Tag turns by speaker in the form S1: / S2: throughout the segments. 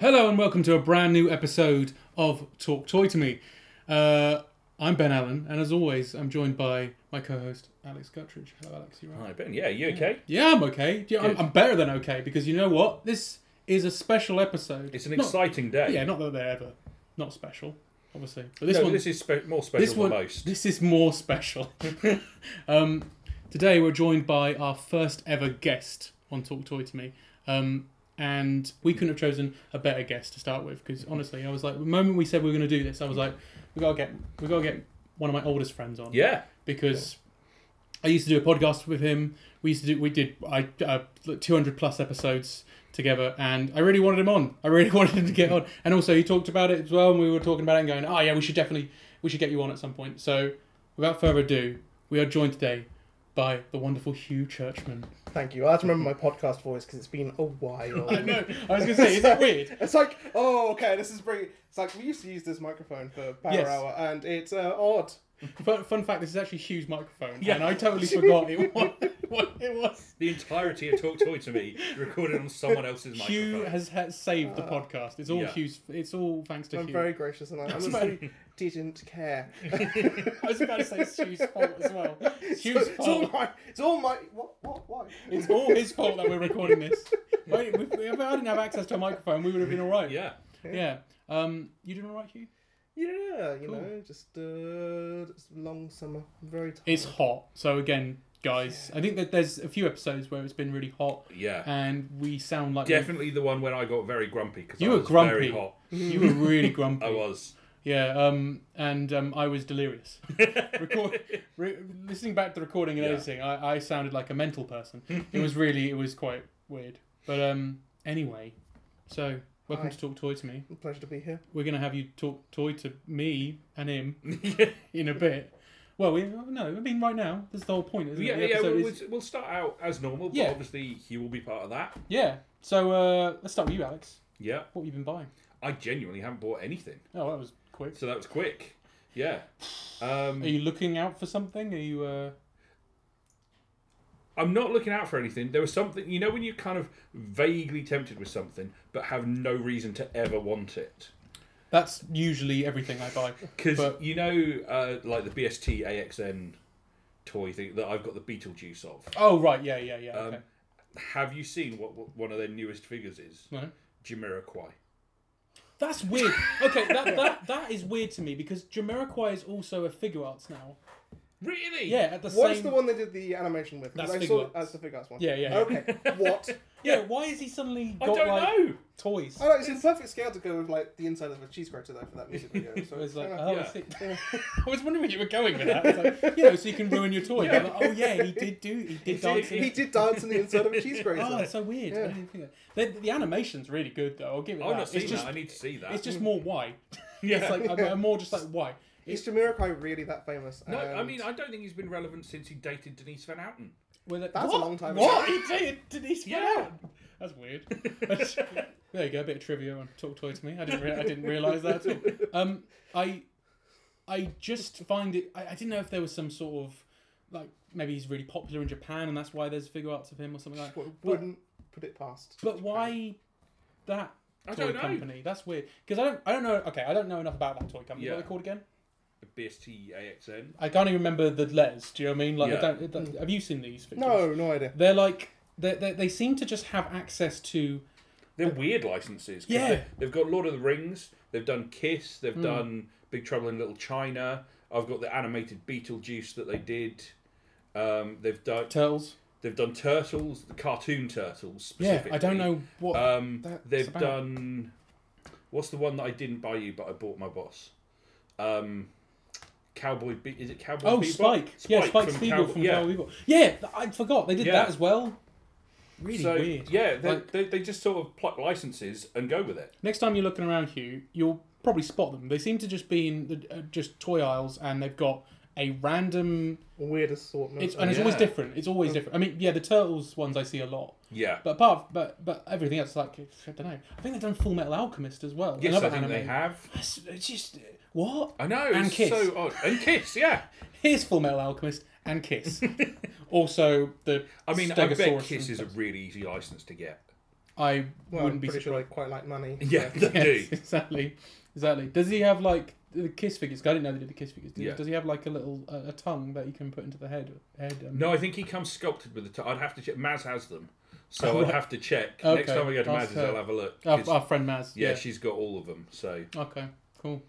S1: Hello and welcome to a brand new episode of Talk Toy to Me. Uh, I'm Ben Allen, and as always, I'm joined by my co-host Alex Guttridge. Hello, Alex. You all right?
S2: Hi Ben, yeah, you okay?
S1: Yeah, I'm okay. Yeah, I'm,
S2: Good.
S1: I'm better than okay because you know what? This is a special episode.
S2: It's an
S1: Not-
S2: exciting day.
S1: Yeah, not that they're ever not special, obviously. But this
S2: no,
S1: one,
S2: this is spe- more special
S1: this
S2: than
S1: one,
S2: most.
S1: this is more special. um, today we're joined by our first ever guest on Talk Toy to Me, um, and we couldn't have chosen a better guest to start with because honestly, I was like, the moment we said we were going to do this, I was like, we gotta get, we gotta get one of my oldest friends on
S2: Yeah,
S1: because I used to do a podcast with him. We used to do, we did, I uh, two hundred plus episodes together, and I really wanted him on. I really wanted him to get on, and also he talked about it as well, and we were talking about it and going, oh yeah, we should definitely, we should get you on at some point. So, without further ado, we are joined today by the wonderful Hugh Churchman.
S3: Thank you. I have to remember my podcast voice because it's been a while.
S1: I know. I was gonna say, is that weird?
S3: It's like, oh, okay, this is pretty. It's like we used to use this microphone for Power
S1: Yes.
S3: Hour, and it's uh, odd.
S1: Fun, fun fact: this is actually Hugh's microphone,
S2: Yeah.
S1: and I totally forgot it, what, what it was.
S2: the entirety of Talk Toy to Me recorded on someone else's
S1: Hugh
S2: microphone.
S1: has, has saved the podcast. It's all
S2: yeah.
S1: Hugh's. It's all thanks to
S3: I'm
S1: Hugh.
S3: very gracious, and I honestly didn't care.
S1: I was about to say it's Hugh's fault as well. It's Hugh's
S3: it's all
S1: fault.
S3: my. It's all my. What? What? Why?
S1: It's all his fault that we're recording this. Wait, if I didn't have access to a microphone, we would have been all right.
S2: Yeah,
S1: Yeah. Um, you doing all right, Hugh?
S3: Yeah, you
S1: Cool.
S3: know, just uh, just long summer. I'm very tired.
S1: It's hot. So again, guys, I think that there's a few episodes where it's been really hot,
S2: yeah.
S1: and we sound like
S2: Definitely the one when I got very grumpy because
S1: Uh, You
S2: I
S1: were
S2: was
S1: grumpy.
S2: very hot.
S1: you were really grumpy.
S2: I was.
S1: Yeah. Um, and um, I was delirious. Record, re- listening back to the recording and
S2: Yeah.
S1: editing, I, I sounded like a mental person. it was really, it was quite weird. But um, anyway, so welcome
S3: Hi.
S1: to Talk Toy to Me.
S3: a pleasure to be here.
S1: We're gonna have you talk toy to me and him in a bit. Well, we no, I mean right now. That's the whole point. Isn't
S2: Yeah,
S1: it? The
S2: yeah.
S1: episode
S2: We'll,
S1: is-
S2: we'll start out as normal, but
S1: Yeah.
S2: obviously Hugh will be part of that.
S1: yeah. So uh, let's start with you, Alex.
S2: Yeah,
S1: What have you been buying?
S2: I genuinely haven't bought anything,
S1: Oh, that was quick.
S2: so that was quick. Yeah, um,
S1: Are you looking out for something? Are you? Uh...
S2: I'm not looking out for anything. There was something, you know, when you're kind of vaguely tempted with something, but have no reason to ever want it.
S1: That's usually everything I buy.
S2: Because
S1: But-
S2: you know, uh, like the BST AXN toy thing that I've got the Beetlejuice of.
S1: Oh right, yeah, yeah, yeah.
S2: Um,
S1: Okay.
S2: Have you seen what, what one of their newest figures is?
S1: No.
S2: Jamiroquai.
S1: Uh-huh. That's weird. Okay, that, that that is weird to me because Jamiroquai is also a figure arts now.
S2: Really?
S1: Yeah, at the
S3: What's
S1: same.
S3: the one they did the animation with? 'Cause
S1: That's
S3: I saw
S1: Figures.
S3: it as the figure arts one.
S1: Yeah, yeah.
S3: Okay. what?
S1: Yeah, why is he suddenly
S2: I
S1: got
S2: don't
S1: like
S2: know.
S1: toys?
S3: Oh no, it's in perfect scale to go with like the inside of a cheese grater though for that music video. So
S1: I was like,
S3: fair enough.
S1: oh,
S2: Yeah.
S1: I, see. I was wondering where you were going with that. It's like, you know, so you can ruin your toy. You're like, oh yeah, he did do, he did
S2: did-
S1: dance. in
S3: he
S1: it.
S3: did dance in the inside of a cheese grater.
S1: Oh, it's so weird. I
S3: Yeah.
S1: didn't think that. The, the animation's really good though. I'll give it
S2: I've
S1: that.
S2: not seen
S1: it's just,
S2: that. I need to Oh, see that.
S1: it's just more why.
S2: yeah.
S1: It's like I'm, I'm more just like why.
S3: Is Jamiroquai really that famous?
S2: no, I
S1: um,
S3: And
S2: mean, I don't think he's been relevant since he dated Denise Van Outen.
S1: Well, that-
S3: That's a
S1: what?
S3: long time
S1: What he did? Did he spell
S2: Yeah.
S1: out? That's weird. there you go, a bit of trivia on Talk Toy to me. I didn't, rea- I didn't realize that at all. Um, I, I just find it. I, I didn't know if there was some sort of like maybe he's really popular in Japan and that's why there's figure arts of him or something like. that.
S3: w- wouldn't put it past.
S1: But why that
S2: I
S1: toy
S2: don't know.
S1: company? That's weird because I don't, I don't know. Okay, I don't know enough about that toy company. What
S2: Yeah.
S1: are they called again?
S2: The BST AXN.
S1: I can't even remember the letters. Do you know what I mean? Like, I
S2: Yeah.
S1: don't, it don't- have you seen these? Pictures?
S3: No, no idea.
S1: They're like they they they seem to just have access to
S2: They're weird licenses. 'cause
S1: Yeah. Hmm.
S2: They, they've got Lord of the Rings. They've done Kiss. They've done Big Trouble in Little China. I've got the animated Beetlejuice that they did. Um, they've done
S1: turtles.
S2: they've done Turtles, the cartoon Turtles.
S1: Yeah,
S2: Specifically.
S1: I don't know what.
S2: Um,
S1: that's
S2: they've
S1: about.
S2: done what's the one that I didn't buy you, but I bought my boss. Um, Cowboy, Be- is it Cowboy?
S1: oh,
S2: Bebop?
S1: Spike. Yeah, Spike Spiegel
S2: Cowboy-
S1: from
S2: yeah.
S1: Cowboy Bebop. Yeah, th- I forgot they did
S2: Yeah.
S1: that as well. Really
S2: So
S1: weird.
S2: yeah, they,
S1: Like-
S2: they, they just sort of pluck licenses and go with it.
S1: Next time you're looking around, Hugh, you'll probably spot them. They seem to just be in the, uh, just toy aisles, and they've got a random.
S3: Weird assortment.
S1: It's and it's always
S2: Oh, Yeah.
S1: different. It's always different. I mean, yeah, the turtles ones I see a lot,
S2: Yeah.
S1: but apart, f- but but everything else like I don't know. I think they've done Full Metal Alchemist as well.
S2: Yes,
S1: another
S2: I think
S1: anime.
S2: they have.
S1: It's it's just what
S2: I know.
S1: And
S2: it's
S1: Kiss.
S2: So odd. And Kiss, yeah.
S1: Here's Full Metal Alchemist and Kiss. also, the
S2: I mean, I bet
S1: Stegosaurus
S2: Kiss
S1: and
S2: is a
S1: stuff.
S2: really easy license to get.
S1: I
S4: Well, I'm
S1: wouldn't be
S4: pretty
S1: surprised.
S4: sure they quite like money.
S2: Yeah,
S4: so-
S2: they
S1: Yes,
S2: do.
S1: exactly, exactly. Does he have like the kiss figures? 'Cause I didn't know they did the kiss figures. Does,
S2: Yeah.
S1: does he have like a little uh, a tongue that you can put into the head? head um,
S2: No, I think he comes sculpted with the. T- I'd have to check. Maz has them, so I'd
S1: Oh, Right.
S2: have to check. Next
S1: Okay,
S2: time I go to
S1: ask
S2: Maz's,
S1: her.
S2: I'll have a look. 'cause-
S1: Our, our friend Maz.
S2: yeah, she's got all of them. So,
S1: Okay. Cool.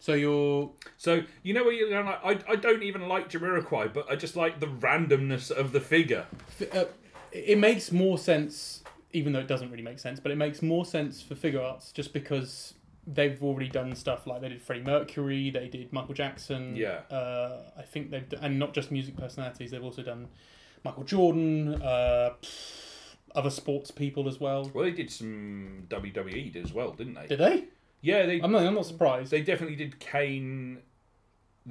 S1: So you're
S2: so you know, what you know, like, I I don't even like Jamiroquai, but I just like the randomness of the figure.
S1: f- uh, it makes more sense, even though it doesn't really make sense, but it makes more sense for figure arts just because they've already done stuff like they did Freddie Mercury, they did Michael Jackson.
S2: Yeah.
S1: Uh, I think they've d- and not just music personalities, they've also done Michael Jordan, uh, other sports people as well.
S2: Well, they did some WWE as well, didn't they?
S1: Did they?
S2: Yeah, they
S1: I'm not. I'm not surprised.
S2: they definitely did Kane,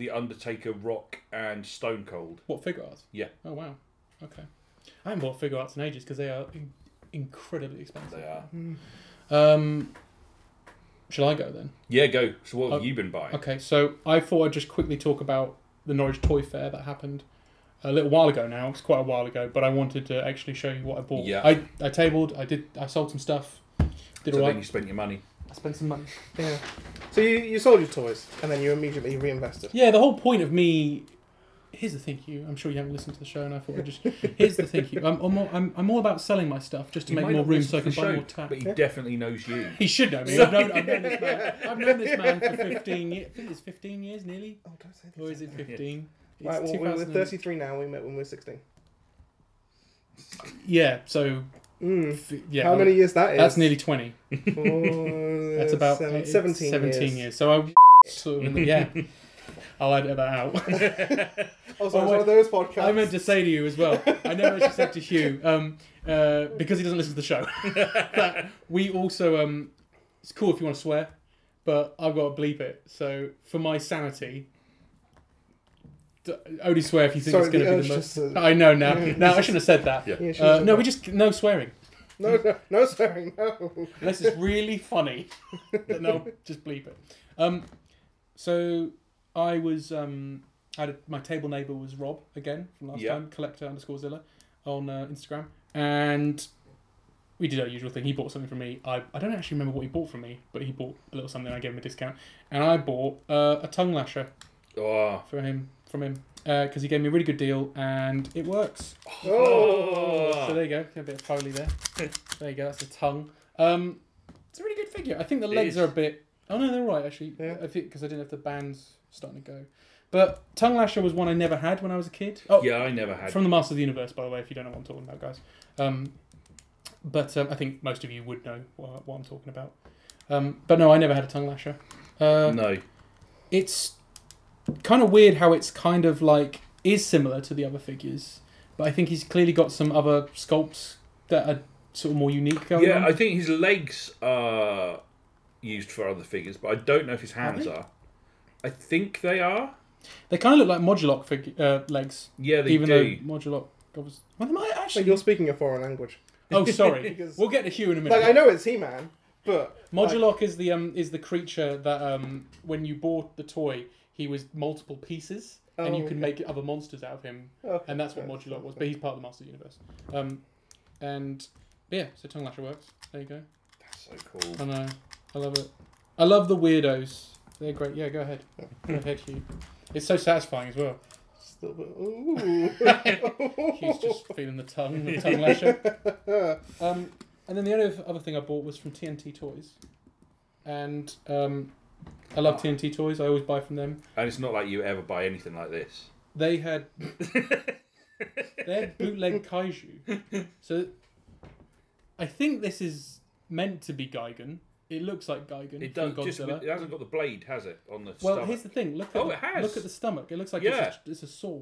S2: the Undertaker, Rock, and Stone Cold.
S1: What figure arts?
S2: Yeah.
S1: Oh wow. Okay. I haven't bought figure arts in ages because they are in- incredibly expensive.
S2: They are.
S1: Um, shall I go then?
S2: Yeah, go. So what have
S1: Oh,
S2: you been buying?
S1: Okay, so I thought I'd just quickly talk about the Norwich Toy Fair that happened a little while ago now. It's quite a while ago, but I wanted to actually show you what I bought.
S2: Yeah.
S1: I, I tabled, I did I sold some stuff. Did
S2: so
S1: all
S2: then you
S1: right.
S2: spent your money.
S1: I spent some money.
S4: Yeah. So you, you sold your toys and then you immediately reinvested.
S1: Yeah, the whole point of me here's the thing, Hugh. I'm sure you haven't listened to the show and I thought I'd just here's the thing, Hugh. I'm I'm all, I'm, I'm all about selling my stuff just to
S2: You
S1: make
S2: might
S1: more
S2: not
S1: room
S2: listen
S1: so I can
S2: to the
S1: buy
S2: show,
S1: more tax.
S2: But he definitely knows you.
S1: He should know me. I've known, I've known this man. I've known this man for 15 years. I think it's 15 years nearly.
S4: Oh, don't say that.
S1: Or is it 15? It's
S4: Right, well, we were
S1: 2000
S4: 33 now, we met when we were 16.
S1: Yeah, so
S4: Mm.
S1: f- yeah.
S4: How
S1: well,
S4: many years that is?
S1: That's nearly 20.
S4: Oh,
S1: That's about
S4: seven-
S1: it's
S4: 17,
S1: 17
S4: years.
S1: years. So I sort of, yeah. I'll edit that out.
S4: Also,
S1: Oh,
S4: it's
S1: wait.
S4: one of those podcasts.
S1: I meant to say to you as well. I never actually said to Hugh um, uh, because he doesn't listen to the show. that we also um, it's cool if you want to swear, but I've got to bleep it. So for my sanity. d- Only swear if you think
S4: Sorry,
S1: it's going
S4: the
S1: to be
S4: urge
S1: the most.
S4: just to-
S1: I know now. No, I shouldn't have said that.
S2: Yeah.
S4: Yeah, she
S1: Uh,
S4: was
S1: no,
S4: like-
S1: we just no swearing.
S4: No, no, no swearing, no.
S1: Unless it's really funny, then I'll just bleep it. Um, so I was um, I had a, my table neighbor was Rob again from last
S2: Yeah.
S1: time, collector underscore Zilla on uh, Instagram, and we did our usual thing. He bought something from me. I I don't actually remember what he bought from me, but he bought a little something. I gave him a discount, and I bought uh, a tongue lasher
S2: Oh.
S1: for him from him because he gave me a really good deal and it works.
S4: Oh.
S1: So there you go, a bit of foley there. there you go, that's a tongue. Um, it's a really good figure. I think the
S2: It
S1: legs
S2: is.
S1: are a bit. Oh no, they're all right actually.
S4: Yeah.
S1: I think because I didn't have the bands starting to go. But tongue lasher was one I never had when I was a kid. Oh,
S2: Yeah, I never had.
S1: from the Master of the Universe, by the way, if you don't know what I'm talking about, guys. Um, but um, I think most of you would know what, what I'm talking about. Um, but no, I never had a tongue lasher. Uh,
S2: no.
S1: it's kind of weird how it's kind of like is similar to the other figures, but I think he's clearly got some other sculpts that are sort of more unique going
S2: Yeah,
S1: on.
S2: I think his legs are used for other figures, but I don't know if his hands
S1: they?
S2: are. I think they are.
S1: They kind of look like Modulok fig- uh, legs,
S2: Yeah, they
S1: even
S2: do.
S1: though Modulok. Was, well, they might
S4: Wait,
S1: actually.
S4: you're speaking a foreign language.
S1: Oh, sorry.
S4: Because-
S1: we'll get to Hugh in a minute.
S4: Like, I know it's He-Man, but...
S1: Modulok is the um is the creature that um when you bought the toy he was multiple pieces and
S4: Oh,
S1: you can
S4: okay.
S1: make other monsters out of him
S4: oh, Okay,
S1: and that's what
S4: fair
S1: Modulok
S4: enough.
S1: was but he's part of the Master Universe um and yeah so Tongue Lasher works there you go
S2: That's so cool.
S1: I know I love it I love the weirdos they're great yeah go ahead go ahead Hugh it's so satisfying as well
S4: Just a little bit- ooh.
S1: Hugh's just feeling the tongue the tongue lasher um and then the only other thing I bought was from TNT Toys and um I
S2: Ah.
S1: love TNT Toys I always buy from them
S2: And it's not like you ever buy anything like this.
S1: they had they had bootleg kaiju. So I think this is meant to be Gigan. It looks like Gigan.
S2: It
S1: from
S2: does. Just,
S1: Godzilla.
S2: it hasn't got the blade, has it? On the
S1: well,
S2: stomach?
S1: here's the thing. Look at
S2: Oh,
S1: the,
S2: it has.
S1: look at the stomach. It looks like
S2: Yeah.
S1: it's, a, it's a saw,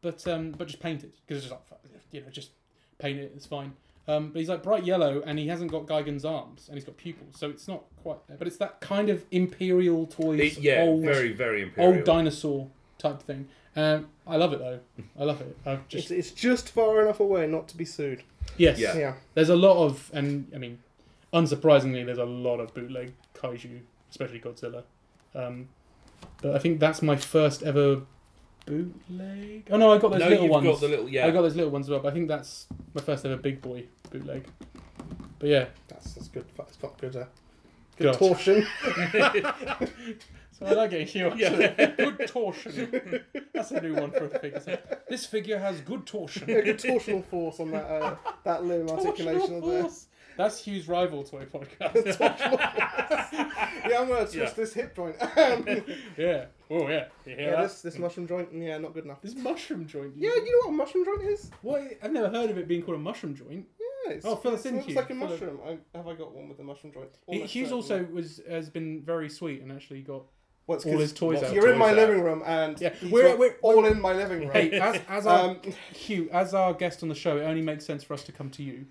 S1: but um, but just painted because it's just like fuck, you know, just paint it. It's fine. Um, but he's like bright yellow, and he hasn't got Gigan's arms, and he's got pupils, so it's not quite there. But it's that kind of imperial toys,
S2: It- yeah,
S1: old
S2: very, very imperial.
S1: old dinosaur type thing. Um, I love it though. I love it. I've
S4: It's,
S1: just
S4: it's just far enough away not to be sued.
S1: yes.
S2: Yeah.
S4: Yeah.
S1: There's a lot of, and I mean, unsurprisingly, there's a lot of bootleg kaiju, especially Godzilla. Um, but I think that's my first ever bootleg. Oh no, I got those
S2: no,
S1: little
S2: you've
S1: ones.
S2: got the little. Yeah,
S1: I got those little ones as well. But I think that's my first ever big boy bootleg. But yeah,
S4: That's, that's good. That's got good. Uh,
S1: good
S4: good torsion.
S1: So I like it here. Yeah. Good torsion. That's a new one for a figure. This figure has good torsion.
S4: yeah, good torsional force on that uh, that limb articulation of there.
S1: force. That's Hugh's rival toy podcast.
S4: Yeah, I'm gonna twist
S2: Yeah.
S4: this hip joint. yeah,
S1: yeah. Oh yeah. You hear that?
S4: this this mushroom joint. Yeah, not good enough.
S1: This mushroom joint.
S4: Yeah, you know what a mushroom joint is?
S1: What? I've never heard of it being called a mushroom joint.
S4: Yeah, it's,
S1: Oh, fill us
S4: it
S1: in,
S4: looks
S1: Hugh.
S4: like a
S1: Fill it-
S4: mushroom. I, have I got one with a mushroom joint?
S1: He-
S4: Almost
S1: Hughes
S4: certainly.
S1: also was has been very sweet and actually got.
S4: Well, it's
S1: all
S4: 'cause
S1: his toys
S4: lots-
S1: out.
S4: You're in my
S2: Toys out.
S4: living room, and
S1: Yeah,
S4: these
S1: we're-
S4: were
S1: we're-
S4: all in my living room.
S1: Hey, as as our
S4: Um,
S1: Hugh, as our guest on the show, it only makes sense for us to come to you.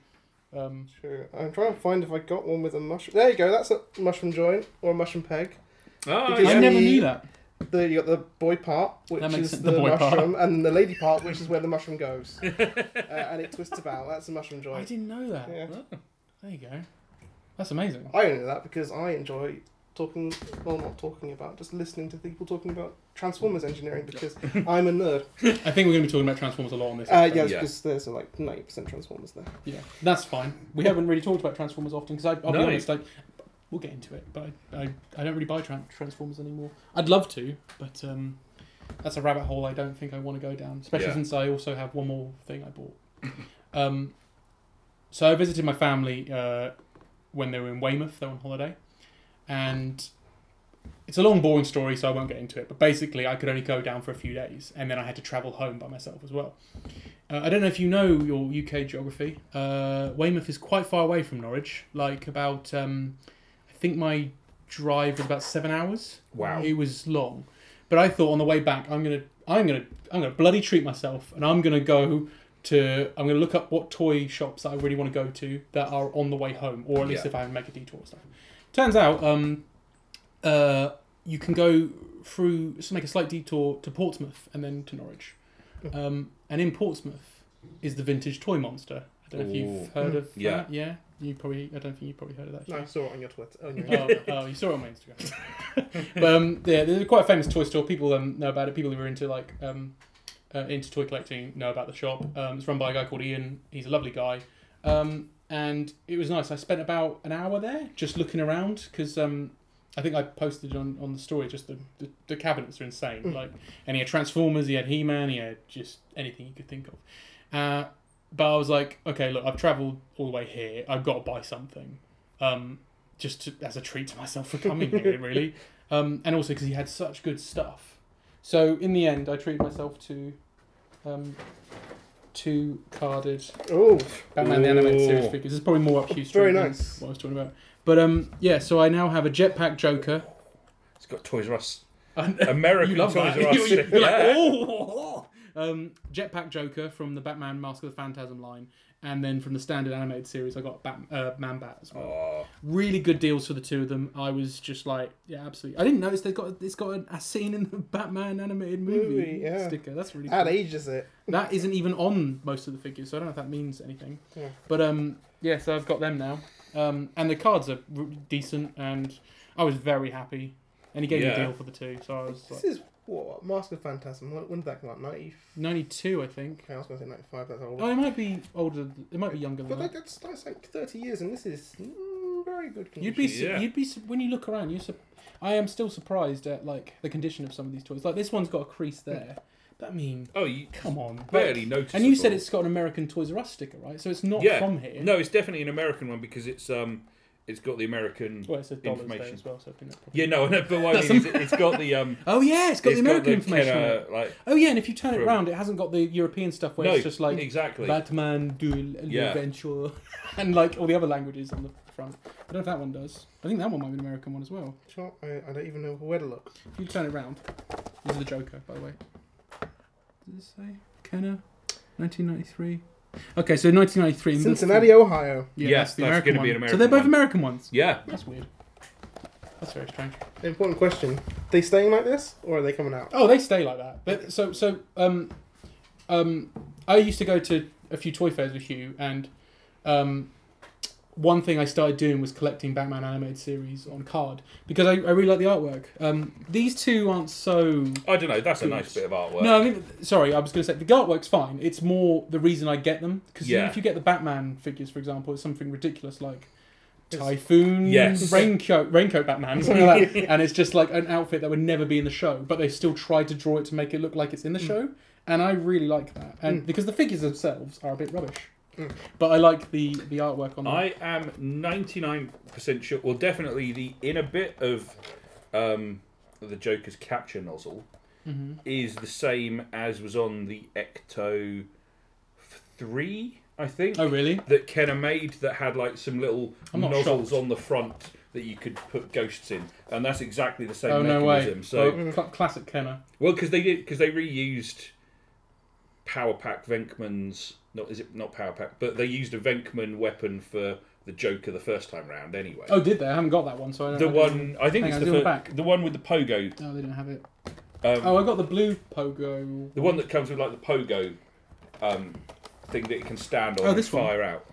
S1: Um,
S4: True. I'm trying to find if I got one with a mushroom. There you go. That's a mushroom joint or a mushroom peg.
S2: Ah,
S4: Because-
S1: I
S2: yeah.
S1: never
S4: the-
S1: knew that.
S4: The you got the boy part, which
S1: That makes
S4: is
S1: sense,
S4: the,
S1: the boy part.
S4: mushroom, and the lady part, which is where the mushroom goes, uh, and it twists about. That's a mushroom
S1: I
S4: joint.
S1: didn't know that.
S4: Yeah.
S1: Oh, there you go. That's amazing.
S4: I only know that because I enjoy talking. Well, not talking about, just listening to people talking about Transformers engineering because I'm a nerd.
S1: I think we're going to be talking about Transformers a lot on this.
S4: Uh,
S1: episode.
S4: yeah,
S2: Yeah.
S4: because there's uh, like ninety percent Transformers there.
S1: yeah, that's fine. We haven't really talked about Transformers often because I'll be
S2: No.
S1: honest, like we'll get into it, but I, I, I don't really buy tran Transformers anymore. I'd love to, but um, that's a rabbit hole I don't think I want to go down, especially
S2: Yeah.
S1: since I also have one more thing I bought. um, so I visited my family uh, when they were in Weymouth. They were on holiday, and it's a long, boring story, so I won't get into it. But basically, I could only go down for a few days, and then I had to travel home by myself as well. Uh, I don't know if you know your UK geography. Uh, Weymouth is quite far away from Norwich, like about. Um, I think my drive was about seven hours.
S2: Wow.
S1: it was long, but I thought on the way back, I'm gonna, I'm gonna, I'm gonna bloody treat myself, and I'm gonna go to, I'm gonna look up what toy shops I really want to go to that are on the way home, or at least
S2: Yeah.
S1: if I make a detour and stuff. Turns out, um, uh, you can go through, just make a slight detour to Portsmouth and then to Norwich.
S2: Oh.
S1: Um, and in Portsmouth is the vintage toy monster. I don't know if you've
S2: Ooh. Hmm.
S1: heard of
S2: Yeah.
S1: that. Yeah, you probably. I don't think you probably heard of that.
S4: No, I saw it on your Twitter. On your
S1: oh, oh, you saw it on my Instagram. but um, yeah, there's quite a famous toy store. People um, know about it. People who are into like um, uh, into toy collecting know about the shop. Um, it's run by a guy called Ian. He's a lovely guy, um, and it was nice. I spent about an hour there just looking around because um, I think I posted on, on the story just the, the, the cabinets are insane. Like, and he had Transformers, he had He Man, he had just anything you could think of. Uh, but I was like, okay, look, I've travelled all the way here. I've got to buy something, um, just to, as a treat to myself for coming here, really. Um, and also because he had such good stuff. So in the end, I treated myself to um, two carded
S4: oh,
S1: Batman the Animated Series
S2: Ooh.
S1: figures. It's probably more up Hugh
S4: Very
S1: Street than
S4: nice.
S1: What I was talking about, but um, yeah. So I now have a Jetpack Joker.
S2: it's got Toys R Us.
S1: And-
S2: American
S1: you love
S2: Toys
S1: that.
S2: R Us.
S1: You're, you're like,
S2: Yeah.
S1: "Oh." Um, Jetpack Joker from the Batman Mask of the Phantasm line, and then from the standard animated series, I got Bat- uh, Man Bat as well.
S2: Aw.
S1: Really good deals for the two of them. I was just like, yeah, absolutely. I didn't notice they got it's got a, a scene in the Batman animated movie,
S4: Movie, yeah.
S1: sticker. That's really
S4: that
S1: cool.
S4: ages it.
S1: that isn't even on most of the figures, so I don't know if that means anything.
S4: Yeah.
S1: But um, yeah, so I've got them now, um, and the cards are r- decent, and I was very happy. And he gave me
S2: Yeah.
S1: a deal for the two, so I was
S4: This
S1: like,
S4: is what Mask of Phantasm. When, when did that come out? Ninety.
S1: ninety-two, I think.
S4: Okay, I was going to say ninety-five. That's old.
S1: Oh, it might be older. th- It might be younger
S4: But
S1: than
S4: like
S1: that.
S4: that's, that's like thirty years, and this is mm, very good. Condition.
S1: You'd be, su-
S2: Yeah.
S1: you'd be su- when you look around. You, su- I am still surprised at like the condition of some of these toys. Like this one's got a crease there. That mean,
S2: Oh, you
S1: come on.
S2: barely noticed.
S1: And you said it's got an American Toys R Us sticker, right? So it's not
S2: yeah.
S1: from here.
S2: No, it's definitely an American one because it's um, it's got the American.
S1: Well, it says dollars there
S2: Information.
S1: as well, so I think that probably.
S2: Yeah, no, no but what I mean is it, it's got the um,
S1: Oh yeah, it's got
S2: it's
S1: the American
S2: got the
S1: information. on it.
S2: Kenner, like
S1: Oh yeah, and if you turn it
S2: From-
S1: round, it hasn't got the European stuff where
S2: no,
S1: it's just like
S2: exactly.
S1: Batman Duel and
S2: Yeah.
S1: Adventure, and like all the other languages on the front. I don't know if that one does. I think that one might be an American one as well.
S4: Do you know what? I, I don't even know where to look.
S1: If you turn it round, this is the Joker, by the way. Does it say Kenner, 1993? Okay, so 1993. and that's the-
S4: Cincinnati, Ohio.
S1: Yeah,
S2: Yes,
S1: that's the
S2: that's
S1: American
S2: gonna be
S1: one.
S2: an
S1: So they're both
S2: American one.
S1: American ones.
S2: yeah,
S1: That's weird. That's very strange.
S4: Important question: They staying like this, or are they coming out?
S1: Oh, they stay like that. But so so um, um, I used to go to a few toy fairs with Hugh, and um, one thing I started doing was collecting Batman animated series on card because I, I really like the artwork. Um, these two aren't so.
S2: I don't know. That's a nice bit of artwork.
S1: No, I mean, sorry, I was going to say the artwork's fine. It's more the reason I get them because
S2: Yeah.
S1: if you get the Batman figures, for example, it's something ridiculous like Typhoon,
S2: Yes.
S1: raincoat, raincoat Batman, something like that, and it's just like an outfit that would never be in the show, but they still try to draw it to make it look like it's in the show, and I really like that, and because the figures themselves are a bit rubbish, but I like the the artwork on them.
S2: I am 99% sure. Well, definitely the inner bit of um, the Joker's capture nozzle
S1: Mm-hmm.
S2: is the same as was on the Ecto 3, I think.
S1: Oh really?
S2: That Kenner made that had like some little
S1: I'm not
S2: nozzles on the front that you could put ghosts in. And that's exactly the same
S1: Oh no
S2: mechanism.
S1: way!
S2: So,
S1: Oh, cl- classic Kenner.
S2: well, because they did, because they reused Power Pack Venkman's. Not is it not Power Pack, but they used a Venkman weapon for the Joker the first time round. Anyway,
S1: Oh, did they? I haven't got that one, so I don't
S2: the
S1: I don't-
S2: one I think
S1: Hang
S2: it's
S1: on, it's
S2: the,
S1: on the
S2: fir-
S1: back.
S2: the one with the pogo,
S1: No, they didn't have it.
S2: um,
S1: Oh, I got the blue pogo.
S2: the one that comes with like the pogo um, thing that it can stand on
S1: Oh, this
S2: and fire out.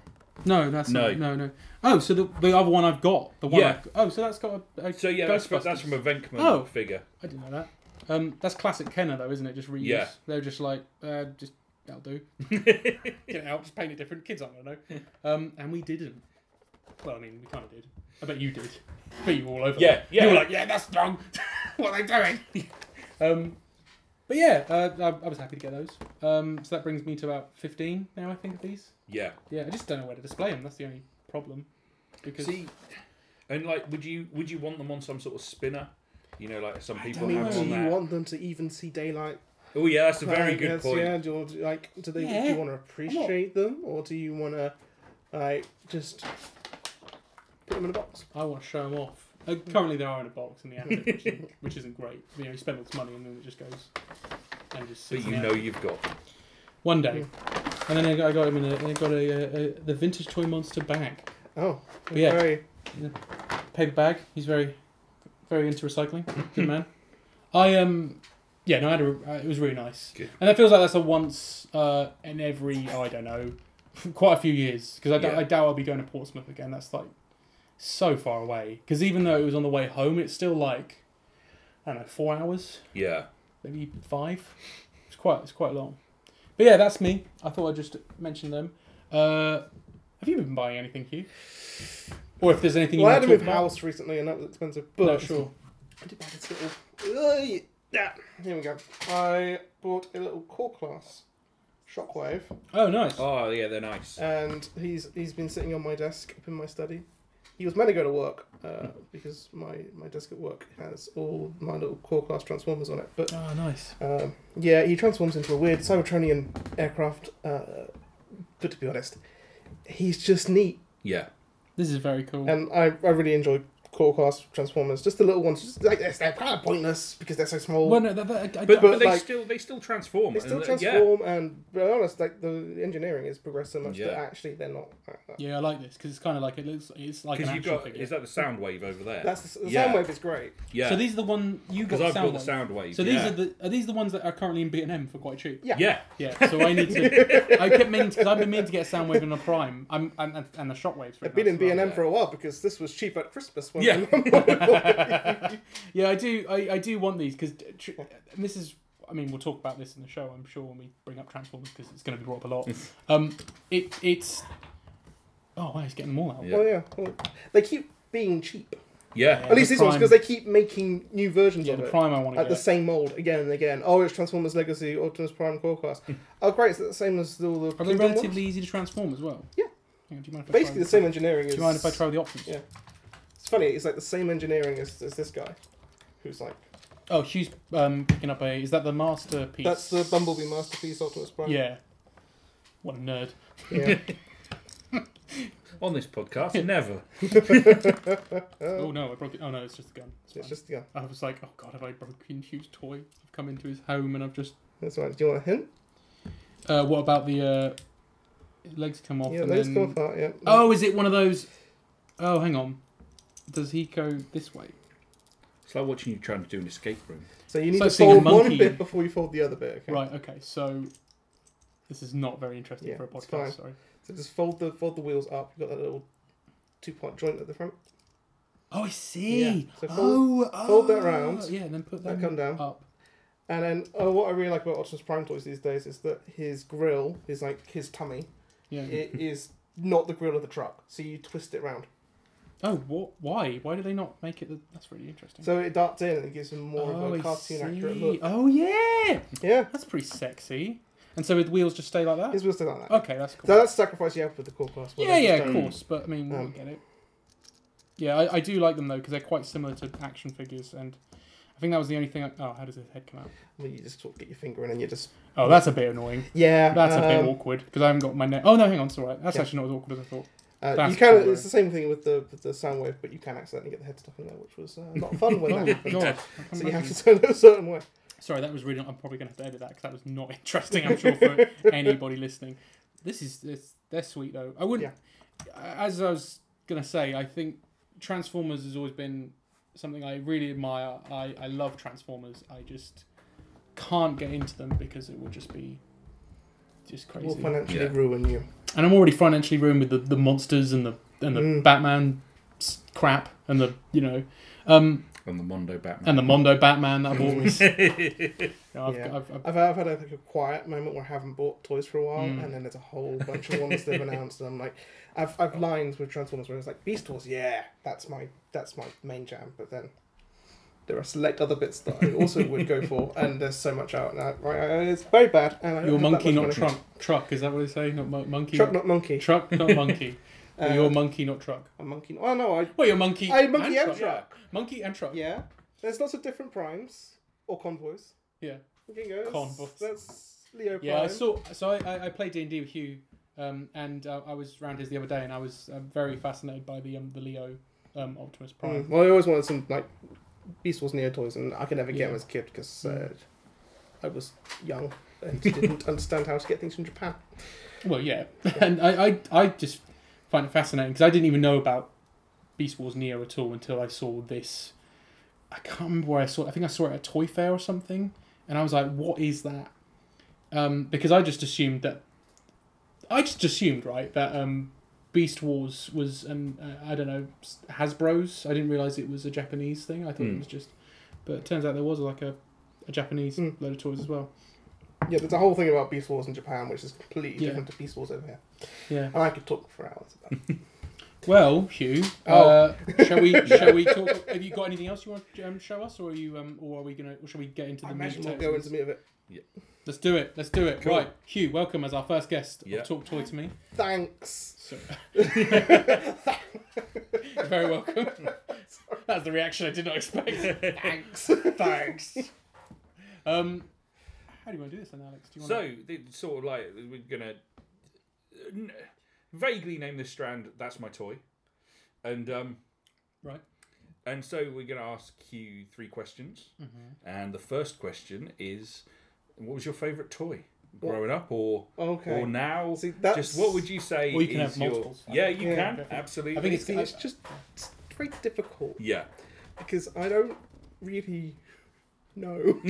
S1: No, that's
S2: No.
S1: no, no, no. Oh, so the, the other one I've got, the one.
S2: Yeah.
S1: I've, oh, so that's got a. a
S2: So yeah, that's, fr- that's
S1: Ghostbusters.
S2: from a Venkman
S1: Oh.
S2: figure.
S1: I didn't know that. Um, that's classic Kenner though, isn't it? Just reuse.
S2: Yeah.
S1: They're just like, uh, just that'll do. Get it out, just paint it different. Kids aren't gonna know. Um, and we didn't. Well, I mean, we kind of did. I bet you did. I bet you were all over.
S2: Yeah,
S1: that.
S2: yeah.
S1: You were like, yeah, that's wrong. what are they doing? um, but yeah, uh, I, I was happy to get those. Um, so that brings me to about fifteen now. I think of these.
S2: Yeah.
S1: Yeah, I just don't know where to display them. That's the only problem. Because
S2: See, and like, would you would you want them on some sort of spinner? You know, like some people
S4: I mean,
S2: have
S4: do
S2: on
S4: you
S2: that.
S4: want them to even see daylight?
S2: Oh yeah, that's a very
S4: Like,
S2: good
S4: yes,
S2: point.
S4: Yeah, do you, want to- like, do they? Do
S1: Yeah.
S4: you want to appreciate them, or do you want to, like, just put them in a box?
S1: I want to show them off. Uh, currently, they are in a box in the attic, which, isn't, which isn't great. You know, you spend all this money and then it just goes and just.
S2: But
S1: Sits
S2: you
S1: there.
S2: know you've got.
S1: One day, and then I got, I got him in a, I got a, uh, a, a the vintage toy monster bag,
S4: Oh,
S1: But yeah.
S4: very.
S1: paper bag. He's very, very into recycling. Good man. I um, yeah, no, I had a, uh, it was really nice,
S2: Good.
S1: and that feels like that's a once uh, in every I don't know, quite a few years because I, d-
S2: Yeah.
S1: I doubt I'll be going to Portsmouth again. That's like so far away because even though it was on the way home, it's still like I don't know four hours,
S2: Yeah.
S1: maybe five. It's quite it's quite long, but yeah, that's me. I thought I'd just mention them. Uh, have you been buying anything, Hugh? Or if there's anything
S4: Well, I
S1: you
S4: had
S1: want
S4: to
S1: to talk
S4: move
S1: about?
S4: house recently, and that was expensive. But
S1: No, sure.
S4: I did buy this little. Uh, yeah, here we go. I bought a little core class, shockwave,
S1: Oh, nice.
S2: Oh yeah, they're nice.
S4: and he's he's been sitting on my desk up in my study. He was meant to go to work uh, because my my desk at work has all my little core class transformers on it, but
S1: Oh, nice.
S4: Um, yeah, he transforms into a weird Cybertronian aircraft. Uh, but to be honest, he's just neat,
S2: Yeah.
S1: This is very cool.
S4: and I, I really enjoy core class transformers. Just the little ones, just like they're, they're kind of pointless because they're so small.
S1: well, no, that, that, I, I,
S2: But, but, they
S4: like-
S2: still they still transform.
S4: they still
S2: and uh,
S4: transform, and to be honest, like the engineering has progressed so much
S2: Yeah.
S4: that actually they're not. Like that.
S1: yeah, I like this because it's kind of like it looks. It's like an
S2: Because
S1: action
S2: you've got
S1: figure.
S2: is that the sound wave over there?
S4: That's the, the
S2: Yeah.
S4: sound wave is great.
S2: yeah.
S1: So these are the one you got.
S2: because I've got
S1: sound
S2: the
S1: ones.
S2: sound wave.
S1: So these
S2: yeah.
S1: are the are these the ones that are currently in B and M for quite cheap?
S4: Yeah.
S2: yeah.
S1: Yeah. So I need to. I kept meaning because I've been meaning to get a soundwave and a prime. I'm and, and- and the shockwaves.
S4: I've been in B and M
S2: yeah.
S4: for a while because this was cheap at Christmas. When
S2: Yeah.
S1: Yeah, I do. I, I do want these because tr- and this is. I mean, we'll talk about this in the show. I'm sure when we bring up Transformers because it's going to be brought up a lot. Um, it it's. Oh wow, he's getting more out.
S2: Yeah.
S4: Well, yeah, well, they keep being cheap.
S2: Yeah.
S1: Yeah.
S4: At least
S1: the
S4: these ones
S1: Prime-
S4: because they keep making new versions
S1: Yeah,
S4: of
S1: the
S4: it.
S1: prime I want to
S4: at
S1: get.
S4: the same mold again and again. Oh, it's Transformers Legacy, Optimus Prime Core Class. oh, great, it's the same as all the.
S1: Are they
S4: Kingdom ones?
S1: Hmm. relatively easy to transform as well?
S4: Yeah.
S1: Hang on, do you mind if I
S4: Basically,
S1: try-
S4: the same engineering as.
S1: Do you mind if I try the options?
S4: Yeah. It's funny, it's like the same engineering as, as this guy, who's like.
S1: Oh, Hugh's um, picking up a. Is that the masterpiece?
S4: That's the Bumblebee Masterpiece Optimus Prime.
S1: Yeah. What a nerd.
S4: Yeah.
S2: On this podcast, never.
S1: oh no, I broke it. Oh no, it's just the gun. It's
S4: Uh, it's
S1: fine.
S4: just, yeah.
S1: I was like, oh god, have I broken Hugh's toy? I've come into his home and I've just.
S4: That's right. Do you want a hint?
S1: Uh, what about the uh, legs come off?
S4: yeah,
S1: and
S4: those
S1: then-
S4: come off that, yeah.
S1: Oh, is it one of those? Oh, hang on. Does he go this way?
S2: It's like watching you trying to do an escape room.
S4: So you need
S1: it's like
S4: to
S1: seeing a
S4: fold one
S1: monkey.
S4: bit before you fold the other bit, okay?
S1: Right. Okay. So. This is not very interesting
S4: Yeah,
S1: for a
S4: it's fine.
S1: podcast. Sorry.
S4: So just fold the fold the wheels up, you've got that little two part joint at the front.
S1: Oh, I see.
S4: Yeah. So
S1: oh,
S4: fold- fold that round.
S1: Yeah, and then put
S4: That
S1: that
S4: come down.
S1: up.
S4: And then oh, what I really like about Optimus Prime toys these days is that his grill is like his tummy.
S1: Yeah.
S4: It is not the grill of the truck, so you twist it round.
S1: Oh, what? Why? Why do they not make it? The... That's really interesting.
S4: So it darts in and it gives him more
S1: oh,
S4: of
S1: I
S4: a cartoon accurate
S1: see.
S4: look.
S1: Oh yeah,
S4: Yeah,
S1: that's pretty sexy. And so the wheels just stay like that.
S4: his wheels still like that.
S1: Okay, that's cool.
S4: So that's the sacrifice you have with the core class. where
S1: yeah,
S4: they
S1: yeah,
S4: just
S1: of
S2: don't-
S1: course. But I mean, we
S4: Um,
S1: get it. Yeah, I, I do like them though because they're quite similar to action figures, and I think that was the only thing. I... Oh, how does his head come out?
S4: don't- well, you just sort of get your finger in and you just
S1: Oh, that's a bit annoying.
S4: yeah.
S1: That's a bit
S4: um,
S1: awkward because I haven't got my neck. Oh no, hang on, it's alright. That's
S4: yeah.
S1: actually not as awkward as I thought.
S4: Uh,
S1: That's
S4: you can.
S1: cool,
S4: It's the same thing with the with the sound wave, but you can accidentally get the head stuff in there, which was uh, not fun when
S1: oh
S4: that happened.
S1: god, I can't
S4: So you
S1: imagine.
S4: have to turn it a certain way.
S1: Sorry, that was really. I'm probably going to have to edit that because that was not interesting. I'm sure for anybody listening, this is this, they're sweet though. I wouldn't. As I was going to say, I think Transformers has always been something I really admire. I I love Transformers. I just can't get into them because it will just be just
S4: Will
S1: crazy.
S4: financially
S2: Yeah.
S4: ruin you.
S1: And I'm already financially ruined with the, the monsters and the and the
S4: Mm.
S1: Batman s- crap and the you know. Um,
S2: on the Mondo Batman.
S1: and the Mondo Batman that I've always, you know, I've,
S4: Yeah.
S1: I've, I've
S4: I've, I've had a, like a quiet moment where I haven't bought toys for a while,
S1: Mm.
S4: and then there's a whole bunch of ones they've announced, and I'm like, I've I've lines with Transformers where it's like Beast Wars, yeah, that's my that's my main jam, but then there are select other bits that I also would go for, and there's so much out now. Right, uh, it's very bad. And I don't
S1: Your
S4: have that
S1: monkey,
S4: much
S1: not
S4: money.
S1: truck. Truck, is that what they say? Not mon- monkey.
S4: Truck, not monkey.
S1: Truck, not monkey.
S4: Uh,
S1: Or your monkey, not truck.
S4: a monkey. Oh no, I
S1: Well, your monkey.
S4: I monkey and
S2: truck.
S1: Monkey and truck.
S4: yeah. There's lots of different primes or convoys.
S1: Yeah.
S4: You can go. that's-
S1: Convoys.
S4: That's Leo.
S1: Yeah, I
S4: Prime.
S1: saw. So I, I, I played D and D with Hugh, um, and uh, I was round his the other day, and I was uh, very fascinated by the um, the Leo um, Optimus Prime.
S4: Mm. Well, I always wanted some like Beast Wars Neo toys, and I could never get
S1: Yeah.
S4: them as a kid because uh, I was young and didn't understand how to get things from Japan.
S1: Well, yeah, and I, I I just find it fascinating because I didn't even know about Beast Wars Neo at all until I saw this. I can't remember where I saw. it. I think I saw it at a toy fair or something, and I was like, "What is that?" Um, because I just assumed that. I just assumed right that um, Beast Wars was an uh, I don't know s- Hasbro's. I didn't realize it was a Japanese thing. I thought it
S2: Hmm.
S1: was just, but it turns out there was like a, a Japanese
S4: Hmm.
S1: load of toys as well.
S4: Yeah, there's a whole thing about Beast Wars in Japan, which is completely
S1: Yeah.
S4: different to Beast Wars over here.
S1: Yeah.
S4: And I could talk for hours about it.
S1: Well, Hugh,
S4: Oh.
S1: uh, shall we shall we talk? Have you got anything else you want to um, show us, or are you um, or are we gonna? Or shall we get into
S4: I
S1: the meat?
S4: imagine
S1: and
S4: we'll
S1: potatoes?
S4: go into the meat of it.
S1: Let's do it. Let's do it.
S2: Cool.
S1: Right, Hugh, welcome as our first guest. of
S2: Yeah.
S1: Talk toy to me.
S4: Thanks.
S1: So- You're very welcome. That's the reaction I did not expect.
S4: Thanks. Thanks.
S1: Um, how do you want to do this, then, Alex? Do you want
S2: So they sort of like we're gonna n- vaguely name this strand. That's my toy, and um,
S1: to? right?
S2: and so we're gonna ask you three questions.
S1: Mm-hmm.
S2: And the first question is, what was your favourite toy growing up, or
S4: Okay.
S2: or now?
S4: See, that's-
S2: Just what would you say?
S1: Or you can
S2: is
S1: have
S2: your-
S1: multiples.
S2: Yeah, you
S4: Yeah.
S2: can absolutely.
S1: I think it's
S4: See, it's just it's very difficult
S2: yeah.
S4: because I don't really know.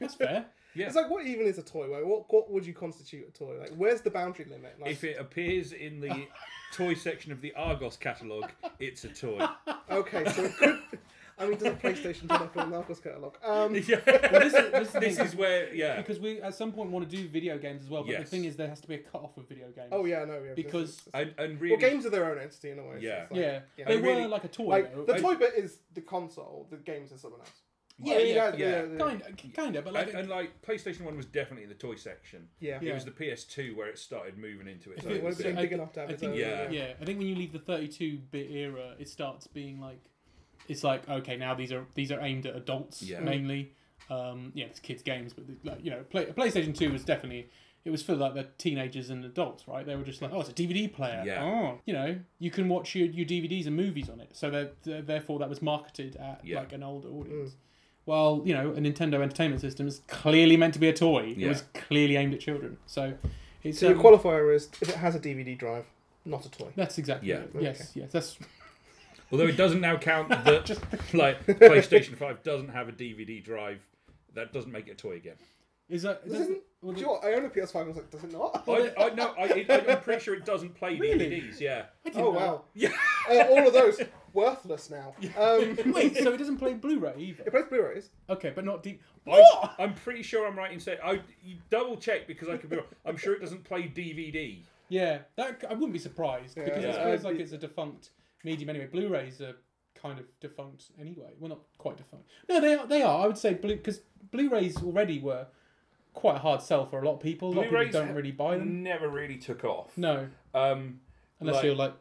S1: that's fair.
S4: It's like, what even is a toy? Like, what what would you constitute a toy? Like, where's the boundary limit? Like,
S2: If it appears in the toy section of the Argos catalogue, it's a toy.
S4: Okay, so it could. I mean, does a PlayStation do that for the Narcos catalog? Um,
S2: Yeah.
S1: Well, this is, this is the
S2: this
S1: thing,
S2: is where yeah.
S1: because we at some point want to do video games as well. But the
S2: Yes.
S1: thing is, there has to be a cut off of video games.
S4: oh yeah, no, yeah.
S1: Because-
S4: this is-
S2: And, and
S4: well,
S2: really,
S4: games are their own entity in a way. so
S2: Yeah.
S4: it's like-
S1: Yeah,
S4: yeah.
S1: they
S2: I really-
S1: were like a toy. though.
S4: Like the
S2: I-
S4: toy bit is the console. The games are someone else.
S1: Yeah,
S4: I mean,
S1: yeah,
S4: that-
S2: yeah.
S1: Kind of, kind of, but like,
S2: and, and like PlayStation One was definitely the toy section.
S4: yeah.
S1: Yeah.
S2: It was the PS2 where it started moving into its
S1: If
S4: So it
S2: own.
S1: I
S4: was
S2: bit.
S4: been big
S1: think-
S4: enough to have
S1: I
S4: its
S1: think-
S4: own.
S2: yeah.
S1: yeah, I think when you leave the 32-bit era, it starts being like, it's like okay, now these are these are aimed at adults
S2: Yeah. Mm.
S1: mainly. Um, yeah, it's kids games, but the- like you know, play, PlayStation Two was definitely it was for like the teenagers and adults, right? They were just like, oh, it's a DVD player.
S2: Yeah.
S1: Oh, you know, you can watch your, your DVDs and movies on it. So that th- therefore, that was marketed at
S2: Yeah.
S1: like an older
S4: Mm.
S1: audience. While you know, a Nintendo Entertainment System is clearly meant to be a toy. It
S2: Yeah.
S1: was clearly aimed at children. So it's
S4: So your
S1: um,
S4: qualifier is if it has a DVD drive, not a toy.
S1: That's exactly
S2: Yeah.
S1: it. Yes, yes. That's
S2: Although it doesn't now count that like PlayStation Five doesn't have a DVD drive. That doesn't make it a toy again.
S1: Is that does-
S4: Doesn't,
S1: well, Oh,
S4: do you know what? I own a PS5. I was like, does it not?
S2: I, I no, I, it, I'm pretty sure it doesn't play
S1: Really?
S2: DVDs. Yeah,
S1: I didn't
S4: Oh
S1: know.
S4: wow!
S2: yeah.
S4: Uh, all of those worthless now. Um,
S1: Wait, so it doesn't play Blu-ray
S4: it
S1: either?
S4: plays Blu-rays.
S1: Okay, but not deep.
S2: I, I'm pretty sure I'm right in saying. I you double check because I could be wrong. I'm sure it doesn't play DVD.
S1: Yeah, that I wouldn't be surprised because
S2: Yeah.
S1: it feels
S4: I'd
S1: like
S4: be-
S1: it's a defunct medium anyway. Blu-rays are kind of defunct anyway. Well, not quite defunct. No, they are. They are. I would say blue because Blu-rays already were quite a hard sell for a lot of people. A lot of people
S2: Blu-rays
S1: don't
S2: have
S1: really buy them.
S2: Never really took off.
S1: No,
S2: Um,
S1: unless
S2: Like-
S1: you're like,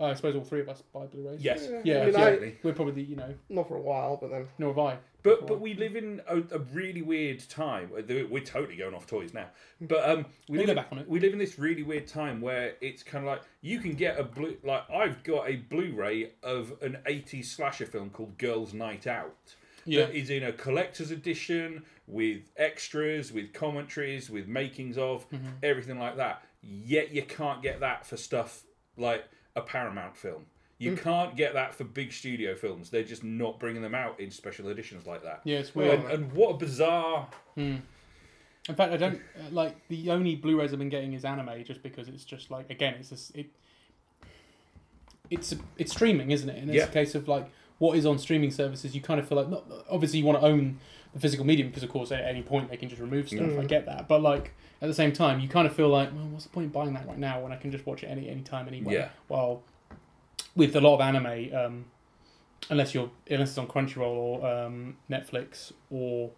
S1: uh, I suppose all three of us buy Blu-rays.
S2: yes.
S1: Yeah,
S4: I mean,
S1: yeah.
S4: I,
S2: Absolutely.
S1: we're probably you know,
S4: not for a while, but then
S1: nor have I.
S2: But but we live in a, a really weird time. We're totally going off toys now. But um, we
S1: We'll
S2: live,
S1: go back on it.
S2: we live in this really weird time where it's kind of like you can get a blue. Like I've got a Blu-ray of an '80s slasher film called Girls' Night Out.
S1: Yeah.
S2: That is in a collector's edition with extras, with commentaries, with makings of
S1: Mm-hmm.
S2: everything like that. Yet you can't get that for stuff like a Paramount film.
S1: Mm.
S2: You can't get that for big studio films. They're just not bringing them out in special editions like that.
S1: Yeah, it's weird.
S2: And, and what a bizarre.
S1: In fact, I don't uh, like the only Blu-rays I've been getting is anime, just because it's just like again, it's this, it. It's a, it's streaming, isn't it? And it's
S2: Yeah.
S1: a case of like what is on streaming services. You kind of feel like not, obviously you want to own the physical medium because of course at any point they can just remove stuff. I get that, but like at the same time, you kind of feel like well, what's the point in buying that right now when I can just watch it any any time anyway.
S2: Yeah.
S1: Well, with a lot of anime, um, unless you're unless it's on Crunchyroll or um, Netflix or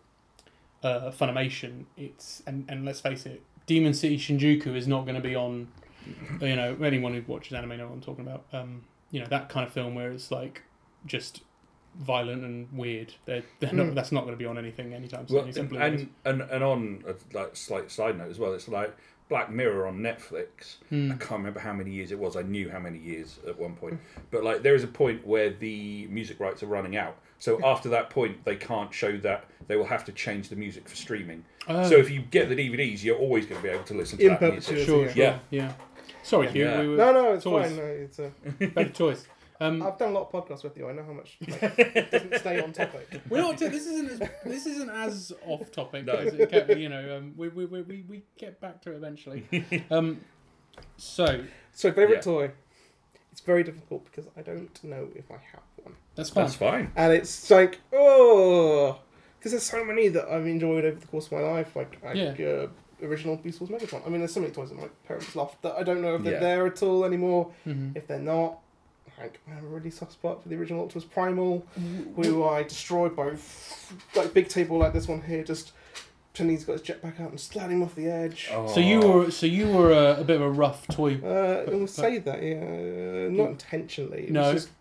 S1: uh, Funimation, it's and, and let's face it, Demon City Shinjuku is not going to be on. You know, anyone who watches anime know what I'm talking about. Um, you know that kind of film where it's like just violent and weird. They're, they're not, that's not going to be on anything anytime soon.
S2: Well,
S1: except
S2: and,
S1: Blu-rays.
S2: and and on a like slight side note as well, it's like Black Mirror on Netflix.
S1: Hmm.
S2: I can't remember how many years it was. I knew how many years at one point,
S1: Hmm.
S2: but like there is a point where the music rights are running out.
S1: Hmm.
S2: So after that point, they can't show that. They will have to change the music for streaming.
S1: Oh.
S2: So if you get the DVDs, you're always going to be able to listen to
S4: In
S2: that
S4: perpetuity.
S2: music.
S1: sure,
S4: yeah.
S1: sure,
S2: Yeah.
S1: yeah, Sorry, Hugh.
S2: Yeah.
S1: We were
S4: no, no, it's
S1: toys.
S4: fine. No, it's uh,
S1: better choice. Um,
S4: I've done a lot of podcasts with you. I know how much like, it doesn't stay on topic.
S1: We're not. This isn't. As, this isn't as off topic.
S2: No.
S1: As it can, you know, um, we, we, we, we, we get back to it eventually. Um, so
S4: So favorite
S2: Yeah.
S4: toy. It's very difficult because I don't know if I have one,
S1: that's fine.
S2: That's fine.
S4: and it's like oh, because there's so many that I've enjoyed over the course of my life. Like I,
S1: Yeah.
S4: uh, original Beast Wars Megatron. I mean, there's so many toys in my parents' loft that I don't know if they're
S2: Yeah.
S4: there at all anymore.
S1: Mhm.
S4: If they're not. Like, I have a really soft spot for the original Optimus Primal, who I destroyed by f- like big table like this one here. Just Chinese got his jetpack out and sliding off the edge.
S1: So you
S2: Oh.
S1: were. So you were a, a bit of a rough toy.
S4: Uh, we'll say that, yeah, not intentionally. It
S1: No.
S4: was just,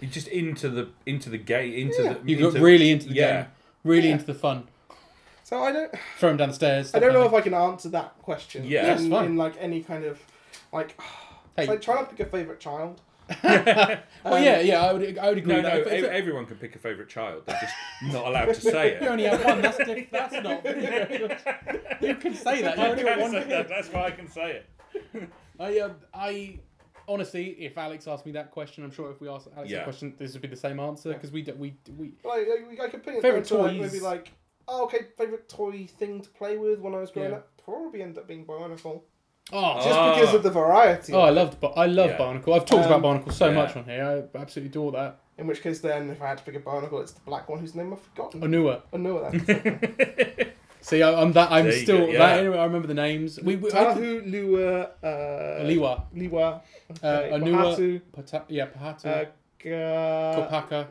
S2: You're just into the into the gay into
S4: Yeah.
S2: the
S1: You got
S2: into-
S1: really into the
S2: yeah.
S1: game. Really
S4: Yeah.
S1: into the fun.
S4: so I don't,
S1: Throw him down the stairs.
S4: I don't know if I can answer that question.
S2: Yeah. That's
S4: in,
S1: fine.
S4: in like any kind of, like,
S1: Hey.
S4: like try not to pick a favorite child.
S1: Oh yeah, yeah. I would. I would agree.
S2: No,
S1: with
S2: no.
S1: that. If-
S2: ev-
S1: if-
S2: everyone can pick a favorite child. They're just not allowed to say
S1: you
S2: it.
S1: only have one. That's, diff- that's not. you can say that. You
S2: I
S1: only have
S2: can
S1: one.
S2: say that. That's why I can say it.
S1: I, um, I honestly, if Alex asked me that question, I'm sure if we asked Alex
S2: Yeah.
S1: that question, this would be the same answer because we, do- we we
S4: Like, like I could put it
S1: Favourite
S4: down to, like,
S1: toys.
S4: maybe like, oh, okay, favorite toy thing to play with when I was growing
S1: Yeah.
S4: up. Probably end up being Bionicle,
S1: oh
S4: just
S2: Ah.
S4: because of the variety.
S1: oh I loved Bar- I love
S2: Yeah.
S1: Barnacle. I've talked
S4: Um,
S1: about Barnacle so
S2: yeah.
S1: much on here. I absolutely adore that.
S4: In which case, then if I had to pick a Bionicle, it's the black one whose name I've forgotten.
S1: Anua.
S4: I know that.
S1: See, I, I'm that. I'm
S2: There you
S1: still
S2: go, yeah.
S1: that. Anyway, I remember the names. We, we I,
S4: Tahu, Lua, uh,
S1: Liwa,
S4: Liwa,
S1: uh,
S4: okay, Wahatu.
S1: Anua, Pata, yeah, Pahatu,
S4: Uh, Ga-
S1: Kopaka,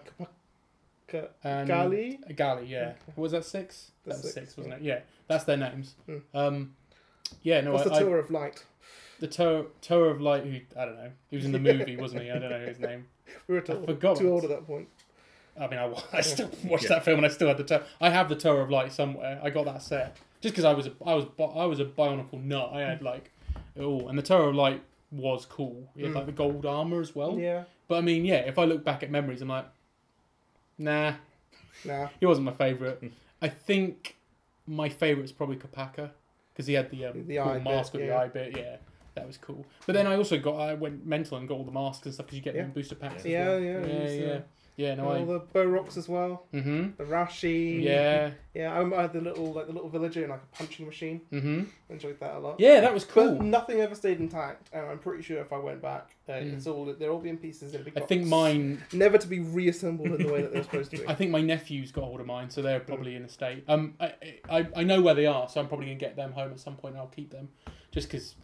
S4: Ka-
S1: and
S4: Uh, Gali?
S1: Gali. Yeah, was that six?
S4: That's
S1: That was
S4: six, Hmm.
S1: six, wasn't it? Yeah, that's their names. Um, yeah, no,
S4: What's
S1: I,
S4: the
S1: I-
S4: Tower of Light?
S1: The Tower, Tower of Light, who, I don't know, he was in the movie, wasn't he? I don't know his name.
S4: We were too,
S1: forgot.
S4: too old at that point.
S1: I mean, I, wa- I still watched that film and I still had the Tower. I have the Tower of Light somewhere. I got that set. Just because I was a, I was, bi- I was a Bionicle nut. I had like, oh, and the Tower of Light was cool. It had like the gold armor as well.
S4: Yeah.
S1: But I mean, yeah, if I look back at memories, I'm like, nah,
S4: Nah.
S1: he wasn't my favourite.
S4: Hmm.
S1: I think my favourite's probably Kapaka because he had the, um,
S4: The
S1: cool
S4: eye bit,
S1: mask with the
S4: yeah.
S1: eye bit. Yeah, that was cool. But then I also got I went mental and got all the masks and stuff because you get them
S4: Yeah.
S1: in booster packs.
S4: Yeah,
S1: as well.
S4: yeah,
S1: yeah,
S4: it's, uh,
S1: yeah. Yeah, no,
S4: all
S1: I.
S4: the Bo Rocks as well.
S1: Mm-hmm.
S4: The Rashi.
S1: Yeah.
S4: Yeah, I remember I had the little like the little villager and like a punching machine.
S1: Mm-hmm.
S4: Enjoyed that a lot.
S1: Yeah, that was
S4: But
S1: cool.
S4: nothing ever stayed intact, and I'm pretty sure if I went back, uh,
S1: Mm.
S4: it's all they're all being pieces in a big
S1: I
S4: box.
S1: think mine.
S4: never to be reassembled in the way that they're supposed to be.
S1: I think my nephews got hold of mine, so they're probably in a state. Um, I, I, I know where they are, so I'm probably gonna get them home at some point. and I'll keep them, just because.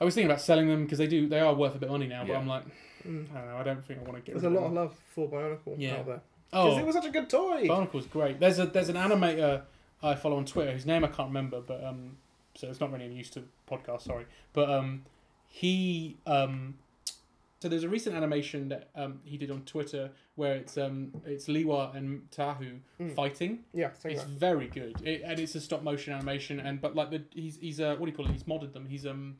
S1: I was thinking about selling them because they do they are worth a bit of money now, but
S2: Yeah.
S1: I'm like,
S4: Mm.
S1: I don't know, I don't think I want to get.
S4: There's
S1: rid of
S4: a lot of
S1: them.
S4: love for Bionicle
S1: Yeah.
S4: out there because it
S1: Oh,
S4: was such a good toy.
S1: Barnacle's great. There's a there's an animator I follow on Twitter whose name I can't remember, but um, so it's not really in use to podcast. Sorry, but um, he um, so there's a recent animation that um he did on Twitter where it's um it's Liwa and Tahu
S4: Mm.
S1: fighting.
S4: yeah, so
S1: It's
S4: right.
S1: very good, it, and it's a stop motion animation. And but like the he's he's uh what do you call it? He's modded them. He's um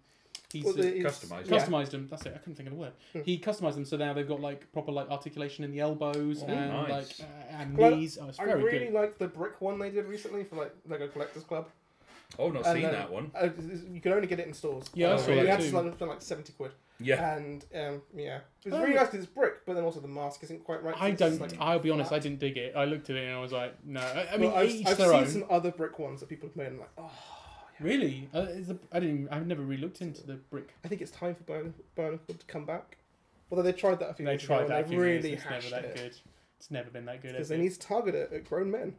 S1: he's
S4: Well,
S1: uh,
S4: the- it's-
S2: Customised.
S4: yeah.
S1: customized them. That's it. I couldn't think of the word.
S4: Hmm.
S1: He customized them so now they've got like proper like articulation in the elbows
S2: Oh,
S1: and
S2: nice.
S1: like uh, and
S4: Well,
S1: knees. Oh, it's
S4: I
S1: very
S4: really
S1: good.
S4: like the brick one they did recently for like Lego Collectors Club.
S2: Oh, not
S4: And
S2: seen
S4: then-
S2: that one.
S4: Uh, you can only get it in stores.
S1: Yeah,
S2: I
S4: Uh,
S2: saw that
S4: you had to
S1: too.
S4: like, spend like seventy quid.
S1: Uh,
S2: Yeah.
S4: And um, yeah, it was
S1: Oh.
S4: really nice because it's brick, but then also the mask isn't quite right. so
S1: I
S4: it's just
S1: don't.
S4: like-
S1: I'll be honest. I didn't dig it. I looked at it and I was like, no. I, I mean,
S4: Well, I've,
S1: each
S4: I've
S1: their
S4: seen
S1: own.
S4: some other brick ones that people have made. And I'm like, oh,
S1: Really? Uh, is the, I didn't. even- I've never really looked into the brick.
S4: I think it's time for Bionicle, Bionicle to come back. Although they tried that a few
S1: They
S4: years
S1: tried
S4: ago,
S1: that. a
S4: and they
S1: few years,
S4: really
S1: It's never
S4: hashed
S1: that
S4: it
S1: good. It's never been that good.
S4: because
S1: has
S4: they
S1: it?
S4: need to target it at grown men.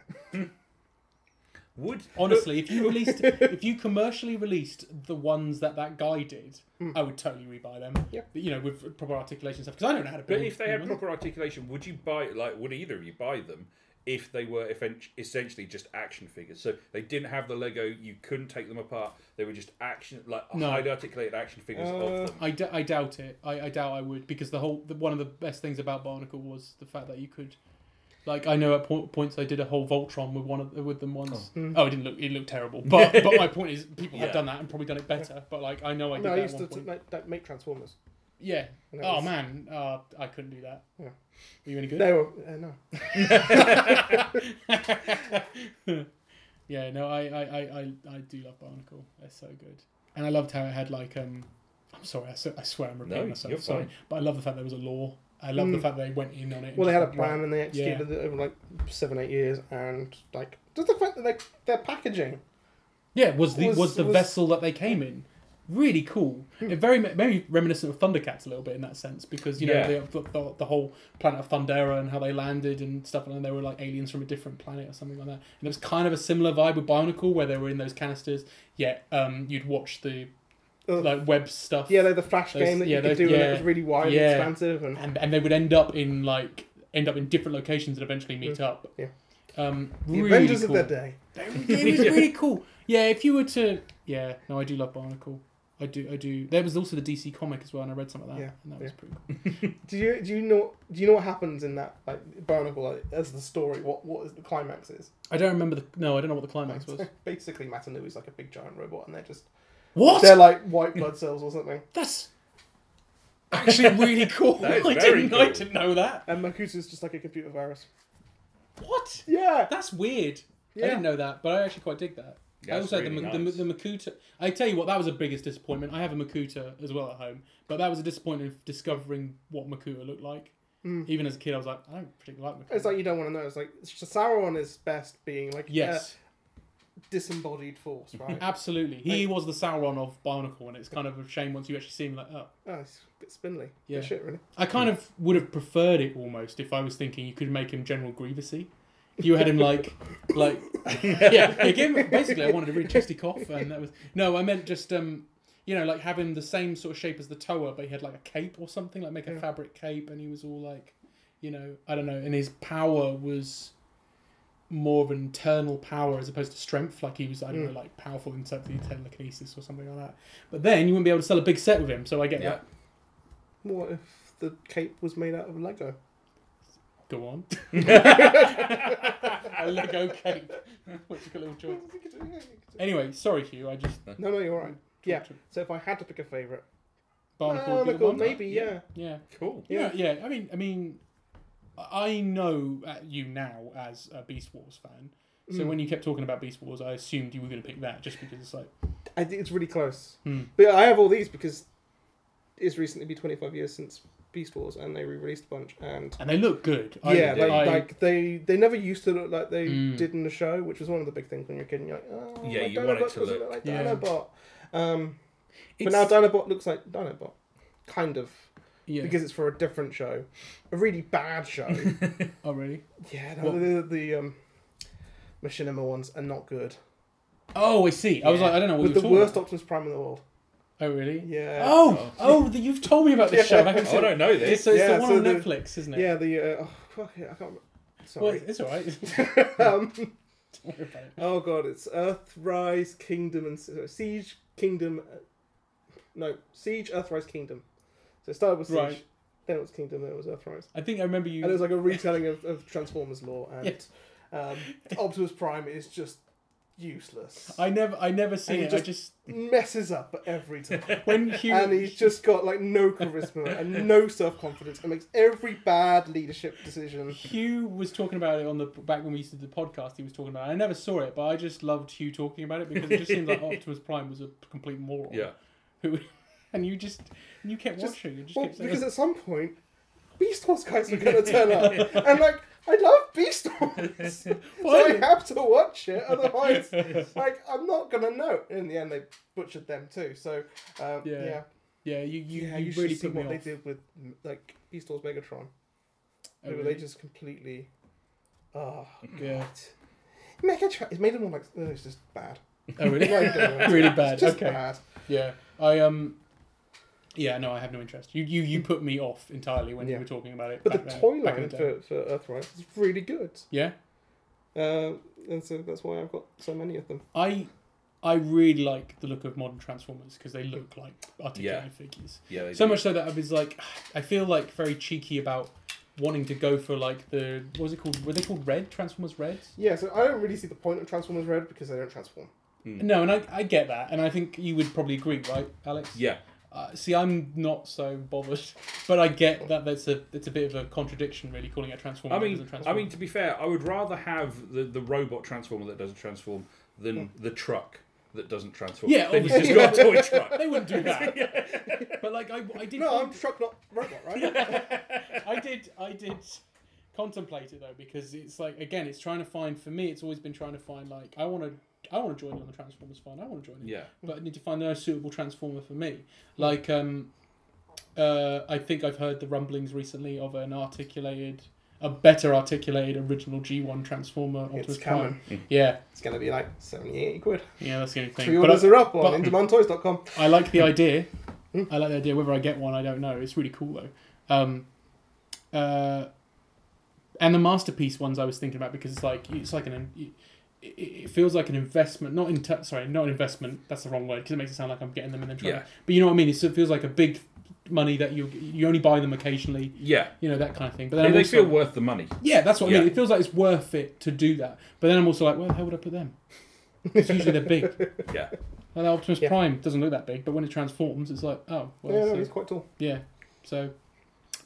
S2: Would
S1: Honestly, if you released, if you commercially released the ones that that guy did,
S4: Hmm.
S1: I would totally rebuy them.
S4: Yep.
S1: You know, with proper articulation stuff because I don't know how to.
S2: But
S1: build
S2: if they had
S1: humans.
S2: proper articulation, would you buy like would either of you buy them if they were effen- essentially just action figures? So they didn't have the Lego, you couldn't take them apart. They were just action like
S1: No.
S2: highly articulated action figures
S4: Uh,
S2: of them.
S1: I, d- I doubt it. I, I doubt I would because the whole the, one of the best things about Barnacle was the fact that you could, like I know at po- points I did a whole Voltron with one of with them once.
S4: Oh.
S1: Oh, it didn't look it looked terrible. But but my point is people
S2: Yeah.
S1: have done that and probably done it better. But like I know I
S4: I,
S1: did
S4: no, I
S1: that
S4: used
S1: at
S4: to
S1: one point.
S4: like, like, make Transformers.
S1: yeah.
S4: and it
S1: Oh
S4: was-
S1: man, uh, I couldn't do that.
S4: Yeah.
S1: Were you any good?
S4: They were uh, no.
S1: yeah, no, I, I, I, I, I do love Barnacle. They're so good, and I loved how it had like um. I'm sorry, I, s- I swear I'm repeating
S2: No,
S1: myself.
S2: you're
S1: sorry,
S2: fine.
S1: but I love the fact there was a law. I love the
S4: Mm.
S1: fact they went in on it. and
S4: Well, they had a
S1: just went,
S4: plan and they executed it over like seven, eight years, and like just the fact that they, their packaging.
S1: Yeah, was the was,
S4: Was-
S1: the
S4: was- Mm.
S1: vessel that they came in. Really cool. It very very reminiscent of Thundercats a little bit in that sense because you know
S2: Yeah.
S1: the, the, the whole planet of Thundera and how they landed and stuff and they were like aliens from a different planet or something like that. And it was kind of a similar vibe with Bionicle where they were in those canisters. Yet um, you'd watch the
S4: Ugh.
S1: like web stuff.
S4: yeah, they're the flash
S1: Those-
S4: game that
S1: yeah,
S4: you could
S1: those-
S4: do, and
S1: yeah.
S4: it was really wide
S1: Yeah.
S4: and expansive, and
S1: and and they would end up in like end up in different locations and eventually meet up.
S4: Mm. Yeah.
S1: Um,
S4: the
S1: really
S4: Avengers
S1: cool.
S4: of their day.
S1: it was really cool. Yeah, if you were to, yeah, no, I do love Barnacle. I do, I do. There was also the DC comic as well, and I read some of that,
S4: Yeah,
S1: and that was pretty cool.
S4: Do you do you know do you know what happens in that like Barnacle like, as the story? What what is the climax is?
S1: I don't remember the no, I don't know what the climax was.
S4: Basically, Matanoo is like a big giant robot, and they're just
S1: What?
S4: they're like white blood cells or something.
S1: That's actually really cool.
S2: That is
S1: I
S2: very
S1: didn't, I
S2: cool.
S1: didn't know that.
S4: And Makusu's just like a computer virus.
S1: What?
S4: Yeah,
S1: That's weird. I
S4: Yeah.
S1: didn't know that, but I actually quite dig that.
S2: Yeah,
S1: I
S2: it's
S1: also had
S2: really
S1: the, Ma-
S2: nice.
S1: the, Ma- the Makuta. I tell you what, that was the biggest disappointment. I have a Makuta as well at home, but that was a disappointment of discovering what Makuta looked like. Even as a kid, I was like, I don't particularly like Makuta.
S4: Hmm. it's like you don't want to know. It's like Sauron is best being like
S1: yes.
S4: a disembodied force, right?
S1: Absolutely, he was the Sauron of Barnacle, and it's kind of a shame once you actually see him. Like, oh,
S4: oh, it's a bit spindly.
S1: Yeah.
S4: Yeah, shit, really.
S1: I kind of would have preferred it almost if I was thinking you could make him General Grievousy. If you had him like, like, yeah, it gave him, basically I wanted a really chesty cough, and that was no, I meant just um, you know, like have him the same sort of shape as the Toa, but he had like a cape or something, like make a
S4: Yeah.
S1: fabric cape, and he was all like, you know, I don't know, and his power was more of an internal power as opposed to strength. Like he was,
S4: Hmm.
S1: I don't know, like powerful in terms of telekinesis or something like that. But then you wouldn't be able to sell a big set with him. So I get
S2: Yeah.
S1: that.
S4: What if the cape was made out of Lego?
S1: Go on. a Lego cape. Which is a little choice. Anyway, sorry, Hugh. I just
S4: No, no, you're all right. Yeah.
S1: Torture.
S4: So if I had to pick a favorite,
S1: barnacle. would be the
S4: Barnacle,
S1: one.
S4: maybe,
S2: Yeah.
S4: yeah.
S1: Yeah.
S2: Cool.
S1: Yeah, yeah. I mean, I mean, I know uh, you now as a Beast Wars fan. So
S4: Mm.
S1: when you kept talking about Beast Wars, I assumed you were going to pick that just because it's like,
S4: I think it's really close.
S1: Hmm.
S4: But I have all these because it's recently been 25 years since Beast Wars, and they re-released a bunch. And
S1: and they look good.
S4: yeah,
S2: they
S4: like,
S1: I,
S4: like they they never used to look like they
S1: Mm.
S4: did in the show, which was one of the big things when you're a kid. And you're like, oh,
S2: Yeah,
S4: my
S2: you want it
S4: Dinobot
S2: to
S4: doesn't
S2: look-
S4: like
S1: Yeah.
S4: Dinobot. Um, but
S1: it's-
S4: now Dinobot looks like Dinobot, kind of,
S1: yeah.
S4: because it's for a different show, a really bad show.
S1: oh really?
S4: yeah,
S1: What-
S4: no, the, the um, Machinima ones are not good.
S1: Oh, I see. I was
S4: Yeah.
S1: like, I don't know what
S4: With
S1: you're
S4: the
S1: talking
S4: worst
S1: about.
S4: Optimus Prime in the world.
S1: Oh really?
S4: Yeah.
S1: Oh, oh, the- you've told me about this show. I haven't
S2: Oh, I
S1: seen it.
S2: don't know this.
S1: It's, it's
S4: Yeah,
S1: the one
S4: so
S1: on
S4: the-
S1: Netflix, isn't it?
S4: Yeah, the uh, oh fuck it, I can't. Remember.
S1: Well,
S4: Sorry.
S1: it's all right.
S4: um,
S1: Don't worry about it.
S4: oh god, it's Earthrise Kingdom and uh, Siege Kingdom. uh, No, Siege Earthrise Kingdom. So it started with Siege,
S1: Right.
S4: then it was Kingdom, then it was Earthrise,
S1: I think I remember you.
S4: and it was like a retelling of, of Transformers lore. And
S1: Yes.
S4: um, Optimus Prime is just useless.
S1: I never, I never seen
S4: you
S1: it. I
S4: just-
S1: just
S4: Messes up every time.
S1: when Hugh
S4: and he's just got like no charisma and no self confidence and makes every bad leadership decision.
S1: Hugh was talking about it on the back when we used to do the podcast. He was talking about. it. I never saw it, but I just loved Hugh talking about it because it just seemed like Optimus Prime was a complete moron.
S2: Yeah.
S1: Who, and you just you kept
S4: Just-
S1: watching. You just
S4: Well,
S1: kept saying,
S4: because at some point, Beast Wars guys were going to turn up. And, like, I love Beast Wars. so I
S1: Why?
S4: have to watch it. Otherwise, like, I'm not going to know. In the end, they butchered them too. So, uh,
S1: Yeah.
S4: yeah. Yeah,
S1: Yeah, you you,
S4: yeah,
S1: you,
S4: you should
S1: really
S4: see
S1: put me
S4: what they
S1: off.
S4: did with, like, Beast Wars Megatron.
S1: Oh,
S4: They were-
S1: really?
S4: They just completely. Oh,
S1: Yeah.
S4: Megatron. It made them all like, no, it's just bad.
S1: Oh really?
S4: Like, uh,
S1: really bad.
S4: Just
S1: okay.
S4: bad.
S1: Yeah. I um. Yeah. No, I have no interest. You you you put me off entirely when you
S4: Yeah.
S1: were talking about it.
S4: But
S1: back
S4: the
S1: then-
S4: toy
S1: back in
S4: line
S1: the day.
S4: for, for Earthrise is really good.
S1: Yeah.
S4: Uh, and so that's why I've got so many of them.
S1: I I really like the look of modern Transformers because they look like articulated
S2: Yeah.
S1: figures.
S2: Yeah. they
S1: So
S2: do.
S1: much so that I was like, I feel like very cheeky about wanting to go for like the what was it called? Were they called Red Transformers Reds?
S4: Yeah, so I don't really see the point of Transformers Red because they don't transform.
S2: Mm.
S1: No, and I, I get that, and I think you would probably agree, right, Alex?
S2: Yeah.
S1: Uh, see, I'm not so bothered, but I get that that's a it's a bit of a contradiction, really, calling it a Transformer.
S2: I
S1: when it
S2: mean,
S1: doesn't transform.
S2: I mean, to be fair, I would rather have the, the robot transformer that doesn't transform than
S4: Hmm.
S2: the truck that doesn't transform.
S1: Yeah,
S2: then you've just
S1: obviously.
S2: got a toy truck.
S1: they wouldn't do that. But like, I, I did
S4: No, I'm truck not robot, right?
S1: I did I did contemplate it though because it's like again it's trying to find for me it's always been trying to find like I want to I want to join on the Transformers fund I want to join it
S2: Yeah,
S1: but I need to find the most suitable Transformer for me like um uh I think I've heard the rumblings recently of an articulated a better articulated original G1 Transformer Optimus
S4: it's
S1: Prime
S4: coming.
S1: yeah
S4: It's gonna be like seventy eighty quid.
S1: yeah that's the only thing
S4: Pre-orders
S1: but
S4: are up
S1: but-
S4: on indemandtoys.com.
S1: I, I like
S2: Mm.
S1: the idea I like the idea whether I get one I don't know it's really cool though um uh, and the masterpiece ones I was thinking about because it's like it's like an it, it feels like an investment not in ter- sorry not an investment that's the wrong word because it makes it sound like I'm getting them and then trying
S2: Yeah.
S1: but you know what I mean it's, it feels like a big money that you you only buy them occasionally
S2: yeah.
S1: you know that kind of thing but then
S2: They,
S1: I'm
S2: they
S1: also-
S2: feel worth the money.
S1: yeah that's what I mean
S2: Yeah.
S1: it feels like it's worth it to do that but then I'm also like where the hell would I put them it's usually they're big
S2: Yeah,
S1: like that Optimus
S4: Yeah.
S1: Prime doesn't look that big but when it transforms it's like oh well,
S4: yeah,
S1: so-
S4: no, he's quite tall.
S1: yeah. So,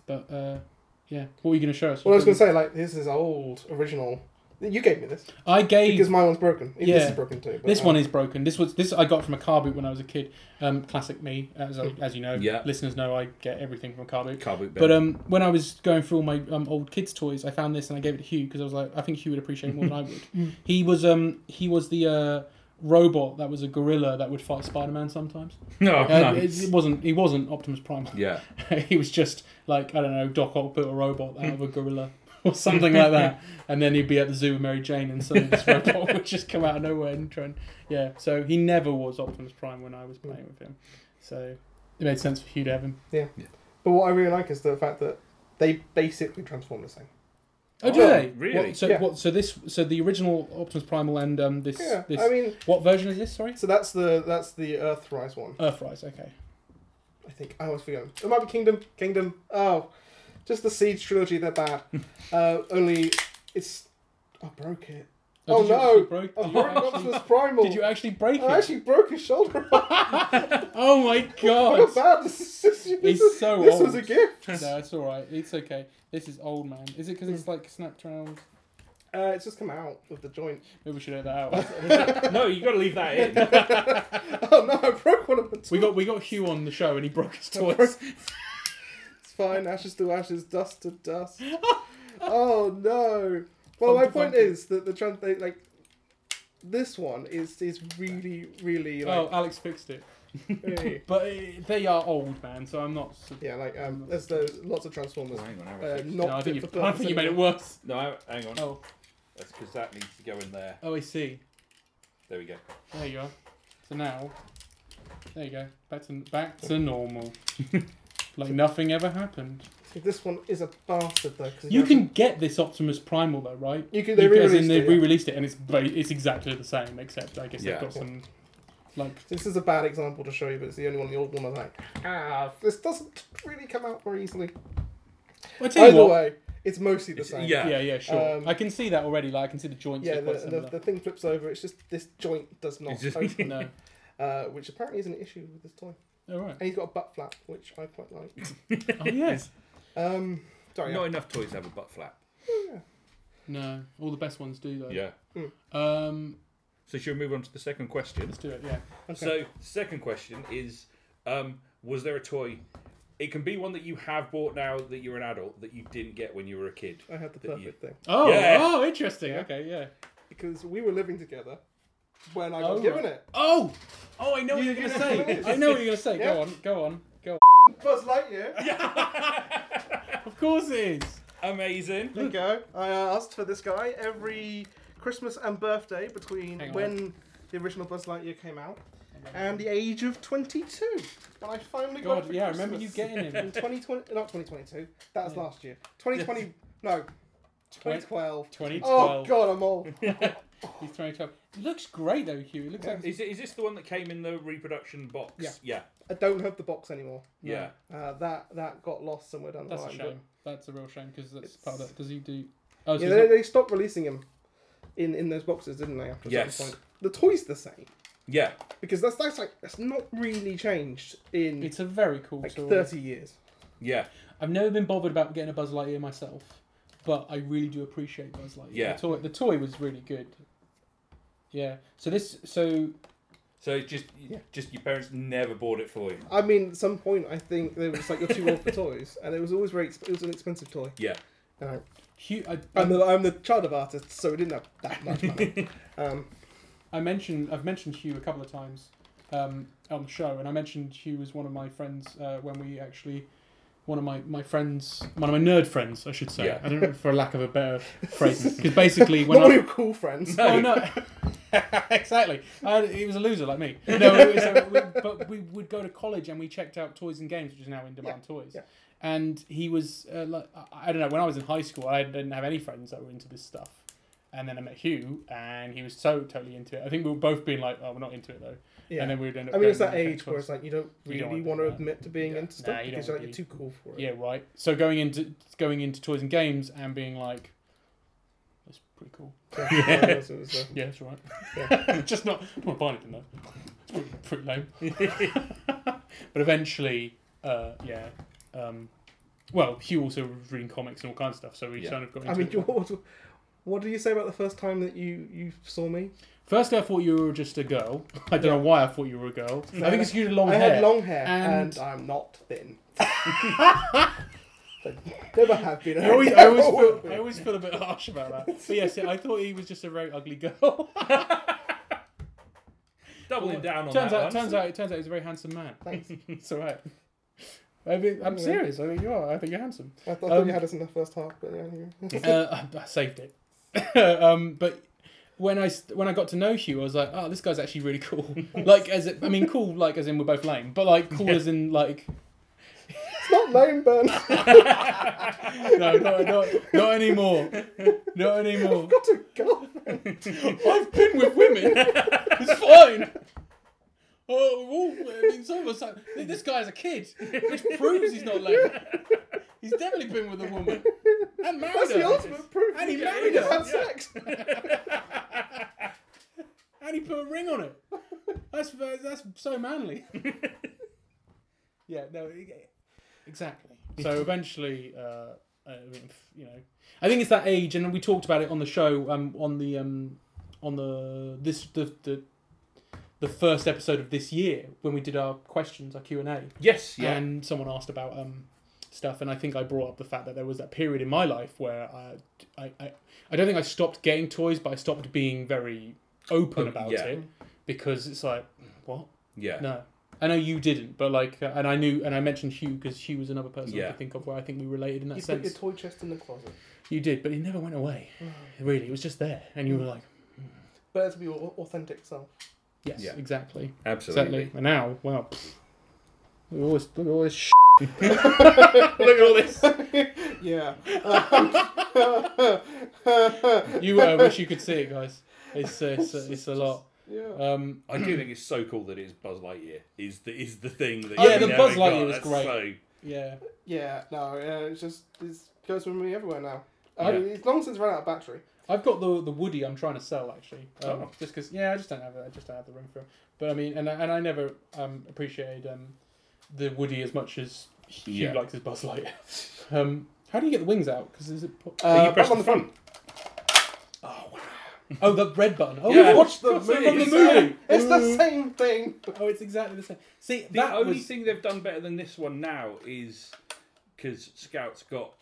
S1: but uh, yeah, what were you going to show us?
S4: Well, I was gonna say like this is old original. You gave me this
S1: I gave
S4: because my one's broken. Even
S1: Yeah.
S4: This is broken too. But,
S1: this
S4: um,
S1: one is broken. This was this I got from a car boot when I was a kid. Um, classic me, as I, as you know,
S2: Yeah.
S1: listeners know, I get everything from a car boot.
S2: car boot.
S1: But um, when I was going through all my um, old kids' toys, I found this and I gave it to Hugh because I was like, I think Hugh would appreciate it more than I
S4: Mm.
S1: would. he was um, he was the uh, robot that was a gorilla that would fight Spider-Man sometimes.
S2: no,
S1: Uh,
S2: no.
S1: it, it wasn't. He wasn't Optimus Prime.
S2: yeah,
S1: he was just like I don't know Doc Ock built a robot out of a gorilla or something like that, and then he'd be at the zoo with Mary Jane, and suddenly this robot would just come out of nowhere and try and yeah. So he never was Optimus Prime when I was playing with him, so it made sense for Hugh to have him.
S4: But what I really like is the fact that they basically transform the same.
S1: Oh, do
S2: Oh,
S1: they
S2: really?
S1: What, so
S4: Yeah.
S1: what? So this? So the original Optimus Primal and um this
S4: Yeah,
S1: this
S4: I mean,
S1: what version is this? Sorry,
S4: so that's the that's the Earthrise one.
S1: Earthrise. Okay.
S4: I think Oh, I always forget. It might be Kingdom. Kingdom. Oh, just the Siege trilogy. They're bad. uh, only it's. I broke it. Oh,
S1: did you
S4: no.
S1: actually Break,
S4: I
S1: did, you
S4: broke
S1: actually,
S4: Optimus Primal.
S1: did you actually break
S4: I
S1: it?
S4: actually broke his shoulder. Look
S1: Oh my
S4: how
S1: god!
S4: bad this is. This,
S1: He's
S4: is-
S1: so
S4: This
S1: old.
S4: was a gift.
S1: No, it's all right. It's okay. This is old man. Is it because
S4: Mm.
S1: it's like snapped round?
S4: Uh, it's just come out of the joint.
S1: Maybe we should edit that out.
S2: no, you got to leave that in.
S1: Uh,
S4: Oh no! I broke one of the.
S1: we got we got Hugh on the show and he broke his toys.
S4: It's fine. Ashes to ashes, dust to dust. oh no. Well, my
S1: Funky,
S4: point
S1: funky.
S4: is that the trans they, like this one is is really really
S1: Oh,
S4: like
S1: Alex fixed it.
S4: really-
S1: But eh, they are old, man, so I'm not. su-
S4: yeah like um there's the, lots of transformers.
S2: Oh, hang on, I
S4: Uh,
S2: reflect.
S4: not
S1: no, I think,
S4: fit
S1: you,
S4: for
S1: I
S4: purpose
S1: think you made it
S4: anymore.
S1: worse.
S2: no, I- hang on.
S1: Oh,
S2: That's because that needs to go in there.
S1: oh, I see.
S2: There we go.
S1: There you are. So now, there you go. Back to back to normal. like nothing ever happened.
S4: See, This one is a bastard though because
S1: You can get this Optimus Primal though, right?
S4: You can- they
S1: Because in
S4: re-released
S1: they
S4: it, yeah.
S1: re-released it, and it's very, it's exactly the same, except I guess
S2: Yeah.
S1: they've got some like
S4: This is a bad example to show you, but it's the only one the old one I was like, ah, this doesn't really come out very easily.
S1: Well, I tell you
S4: Either
S1: what-
S4: way, it's mostly the
S2: It's-
S4: same.
S2: yeah.
S1: Yeah, yeah, sure.
S4: Um,
S1: I can see that already. Like I can see the joints are
S4: Yeah, the,
S1: quite
S4: the,
S1: similar.
S4: the thing flips over. It's just this joint does not
S2: It's just-
S4: open,
S1: no,
S4: uh, which apparently is an issue with this toy.
S1: all right.
S4: And he's got a butt flap, which I quite like.
S1: Oh yes.
S4: Um, sorry,
S2: Not
S4: yeah.
S2: enough toys have a butt flap.
S1: No, all the best ones do though.
S2: Yeah.
S1: Um,
S2: So should we move on to the second question?
S1: let's do it. Yeah.
S4: Okay.
S2: So second question is, um, was there a toy? It can be one that you have bought now that you're an adult that you didn't get when you were a kid.
S4: I had the
S2: that you-
S4: perfect thing
S1: Oh,
S2: Yeah.
S1: oh, interesting.
S4: Yeah.
S1: Okay, yeah.
S4: because we were living together when I got
S1: Oh,
S4: given
S1: right.
S4: it.
S1: Oh, oh, I know what
S4: You-
S1: you're gonna
S4: you know what
S1: say.
S4: it is.
S1: I know what you're gonna say. Go
S4: Yeah.
S1: on, go on, go on.
S4: Buzz Lightyear.
S1: Of course it is.
S2: Amazing.
S4: There you go. I uh, asked for this guy every Christmas and birthday between
S1: Hang on.
S4: when the original Buzz Lightyear came out and the age of 22. When I finally got it
S1: God,
S4: for
S1: yeah, I remember you
S4: Christmas.
S1: getting
S4: in
S1: him.
S4: 2020, not 2022. That was
S1: Yeah.
S4: last year. 2020, no, 2012.
S1: 2012.
S4: Oh god, I'm old.
S1: He's 2012. It looks great though, Hugh. It looks like
S2: Is, it, is this the one that came in the reproduction box?
S4: Yeah.
S2: Yeah.
S4: I don't have the box anymore.
S2: Yeah.
S4: Uh, that that got lost somewhere down the
S1: that's a
S4: line.
S1: shame. That's a real shame because that's part of it. Does he do? Oh,
S4: but-
S1: so
S4: Yeah,
S1: he's
S4: they,
S1: not-
S4: they stopped releasing him in in those boxes, didn't they? After a certain
S2: Yes.
S4: point, the toy's the same
S2: Yeah.
S4: because that's that's like that's not really changed in
S1: it's a very cool
S4: like
S1: tool.
S4: 30 years.
S2: Yeah.
S1: I've never been bothered about getting a Buzz Lightyear myself, but I really do appreciate Buzz Lightyear.
S2: Yeah.
S1: The toy, the toy was really good. Yeah. So this, so
S2: So it's just
S4: Yeah.
S2: just your parents never bought it for you.
S4: I mean, at some point, I think they were just like you're too old for toys, and it was always very exp- it was an expensive toy.
S2: Yeah.
S4: And I-
S1: Hugh, I,
S4: I'm the, I'm the child of artists, so we didn't have that much money. um,
S1: I mentioned I've mentioned Hugh a couple of times um, on the show, and I mentioned Hugh was one of my friends uh, when we actually one of my, my friends one of my nerd friends I should say
S2: Yeah.
S1: I don't know for lack of a better phrase because basically when
S4: not one
S1: I,
S4: of your cool friends.
S1: Oh no. exactly. Uh, he was a loser like me. No, it was, uh, we, but we would go to college and we checked out Toys and Games, which is now in demand toys.
S4: yeah.
S1: And he was uh, like, I I don't know. When I was in high school, I didn't have any friends that were into this stuff. And then I met Hugh, and he was so totally into it. I think we were both being like, "Oh, we're not into it though."
S4: Yeah.
S1: And then we would end up.
S4: I mean,
S1: going
S4: it's that
S1: and getting
S4: age where
S1: toys.
S4: it's like you don't
S1: You
S4: really
S1: don't
S4: want
S1: wanna
S4: to
S1: do that.
S4: admit to being
S2: Yeah.
S4: into stuff
S1: Nah, you
S4: because
S1: don't
S4: you're,
S1: wanna
S4: like, you're too cool for it.
S1: Yeah, right. So going into going into Toys and Games and being like, "That's pretty cool."
S4: Yeah. it was- it was, uh,
S1: Yeah, that's right. Just not, I'm not buying it, though. It's pretty, pretty lame. but eventually, uh, yeah. Um, well, Hugh also was reading comics and all kinds of stuff, so we
S2: Yeah.
S1: kind of got into
S4: I mean,
S1: it.
S4: you- what, what did you say about the first time that you, you saw me?
S1: Firstly, I thought you were just a girl. I don't know why I thought you were a girl. I think it's you with long
S4: I
S1: hair.
S4: had long hair, and,
S1: and-
S4: I'm not thin. But never have been.
S1: I always, I, always feel, I always feel a bit harsh about that. But yes, I thought he was just a very ugly girl.
S2: Doubling down on
S1: turns
S2: that
S1: out,
S2: one.
S1: Turns out, turns out he's a very handsome man.
S4: Thanks.
S1: It's all right. I mean, I'm serious. I think you are. I think you're handsome.
S4: I thought, I thought
S1: Um,
S4: you had us in the first half, but yeah. anyway.
S1: uh, I, I saved it. um, but when I st- when I got to know Hugh, I was like, oh, this guy's actually really cool. like as it, I mean, cool like as in we're both lame, but like cool as in like
S4: it's not lame, Ben.
S1: no, no, not not anymore, not anymore.
S4: I've got a girlfriend.
S1: I've been with women. It's fine. Oh, well, I mean, some of us. have- This guy is a kid, which proves he's not lame. He's definitely been with a woman and married
S4: That's
S1: her.
S4: the ultimate proof.
S1: And he
S4: that
S1: married
S4: you
S1: her.
S4: Had
S1: Yeah.
S4: sex.
S1: And he put a ring on it. That's that's so manly. yeah, no, e- exactly. So eventually, uh, I mean, f- you know, I think it's that age, and we talked about it on the show, um, on the um, on the this the the the first episode of this year when we did our questions, our Q and A,
S2: Yes. Yeah.
S1: and someone asked about um, stuff, and I think I brought up the fact that there was that period in my life where I, I, I, I don't think I stopped getting toys, but I stopped being very open
S2: Oh,
S1: about
S2: yeah.
S1: it because it's like, what?
S2: Yeah.
S1: No, I know you didn't, but like, uh, and I knew, and I mentioned Hugh because Hugh was another person I
S2: Yeah.
S1: could think of where I think we related in that
S4: You Mm. put
S1: sense.
S4: your toy chest in the closet.
S1: you did, but it never went away. Really, it was just there, and you were like,
S4: But it's your au- authentic self.
S1: yes,
S2: Yeah.
S1: exactly,
S2: Absolutely.
S1: exactly. And now, well, pfft, look at all this, look at all this. Shit. look at all this.
S4: Yeah.
S1: You uh, wish you could see it, guys. It's it's, it's a lot.
S4: Yeah.
S1: Um,
S2: I do think it's so cool that it's Buzz Lightyear is the is the thing that
S1: Oh, Yeah,
S2: you
S1: the
S2: know
S1: Buzz
S2: it got.
S1: Lightyear was
S2: That's
S1: great.
S2: so-
S1: yeah,
S4: Yeah, no, yeah, it's just it goes with me everywhere now. I
S2: Yeah.
S4: mean, it's long since run out of battery.
S1: I've got the the Woody. I'm trying to sell actually, um,
S2: Oh.
S1: just because yeah, I just don't have it. I just don't have the room for it. But I mean, and I, and I never um, appreciated um, the Woody as much as Hugh
S2: Yeah.
S1: likes his Buzz Lightyear. Um, how do you get the wings out? Because is it? Po-
S4: Uh,
S2: you press
S4: button on the
S2: the
S4: front.
S1: oh, the red button. Oh,
S2: Yeah.
S1: we've watched
S4: Watch the
S2: That's what
S4: movie.
S2: it
S1: the
S2: is.
S1: movie.
S4: It's the same thing.
S1: Oh, it's exactly the same. See,
S2: The
S1: that
S2: only
S1: was
S2: thing they've done better than this one now is because Scout's got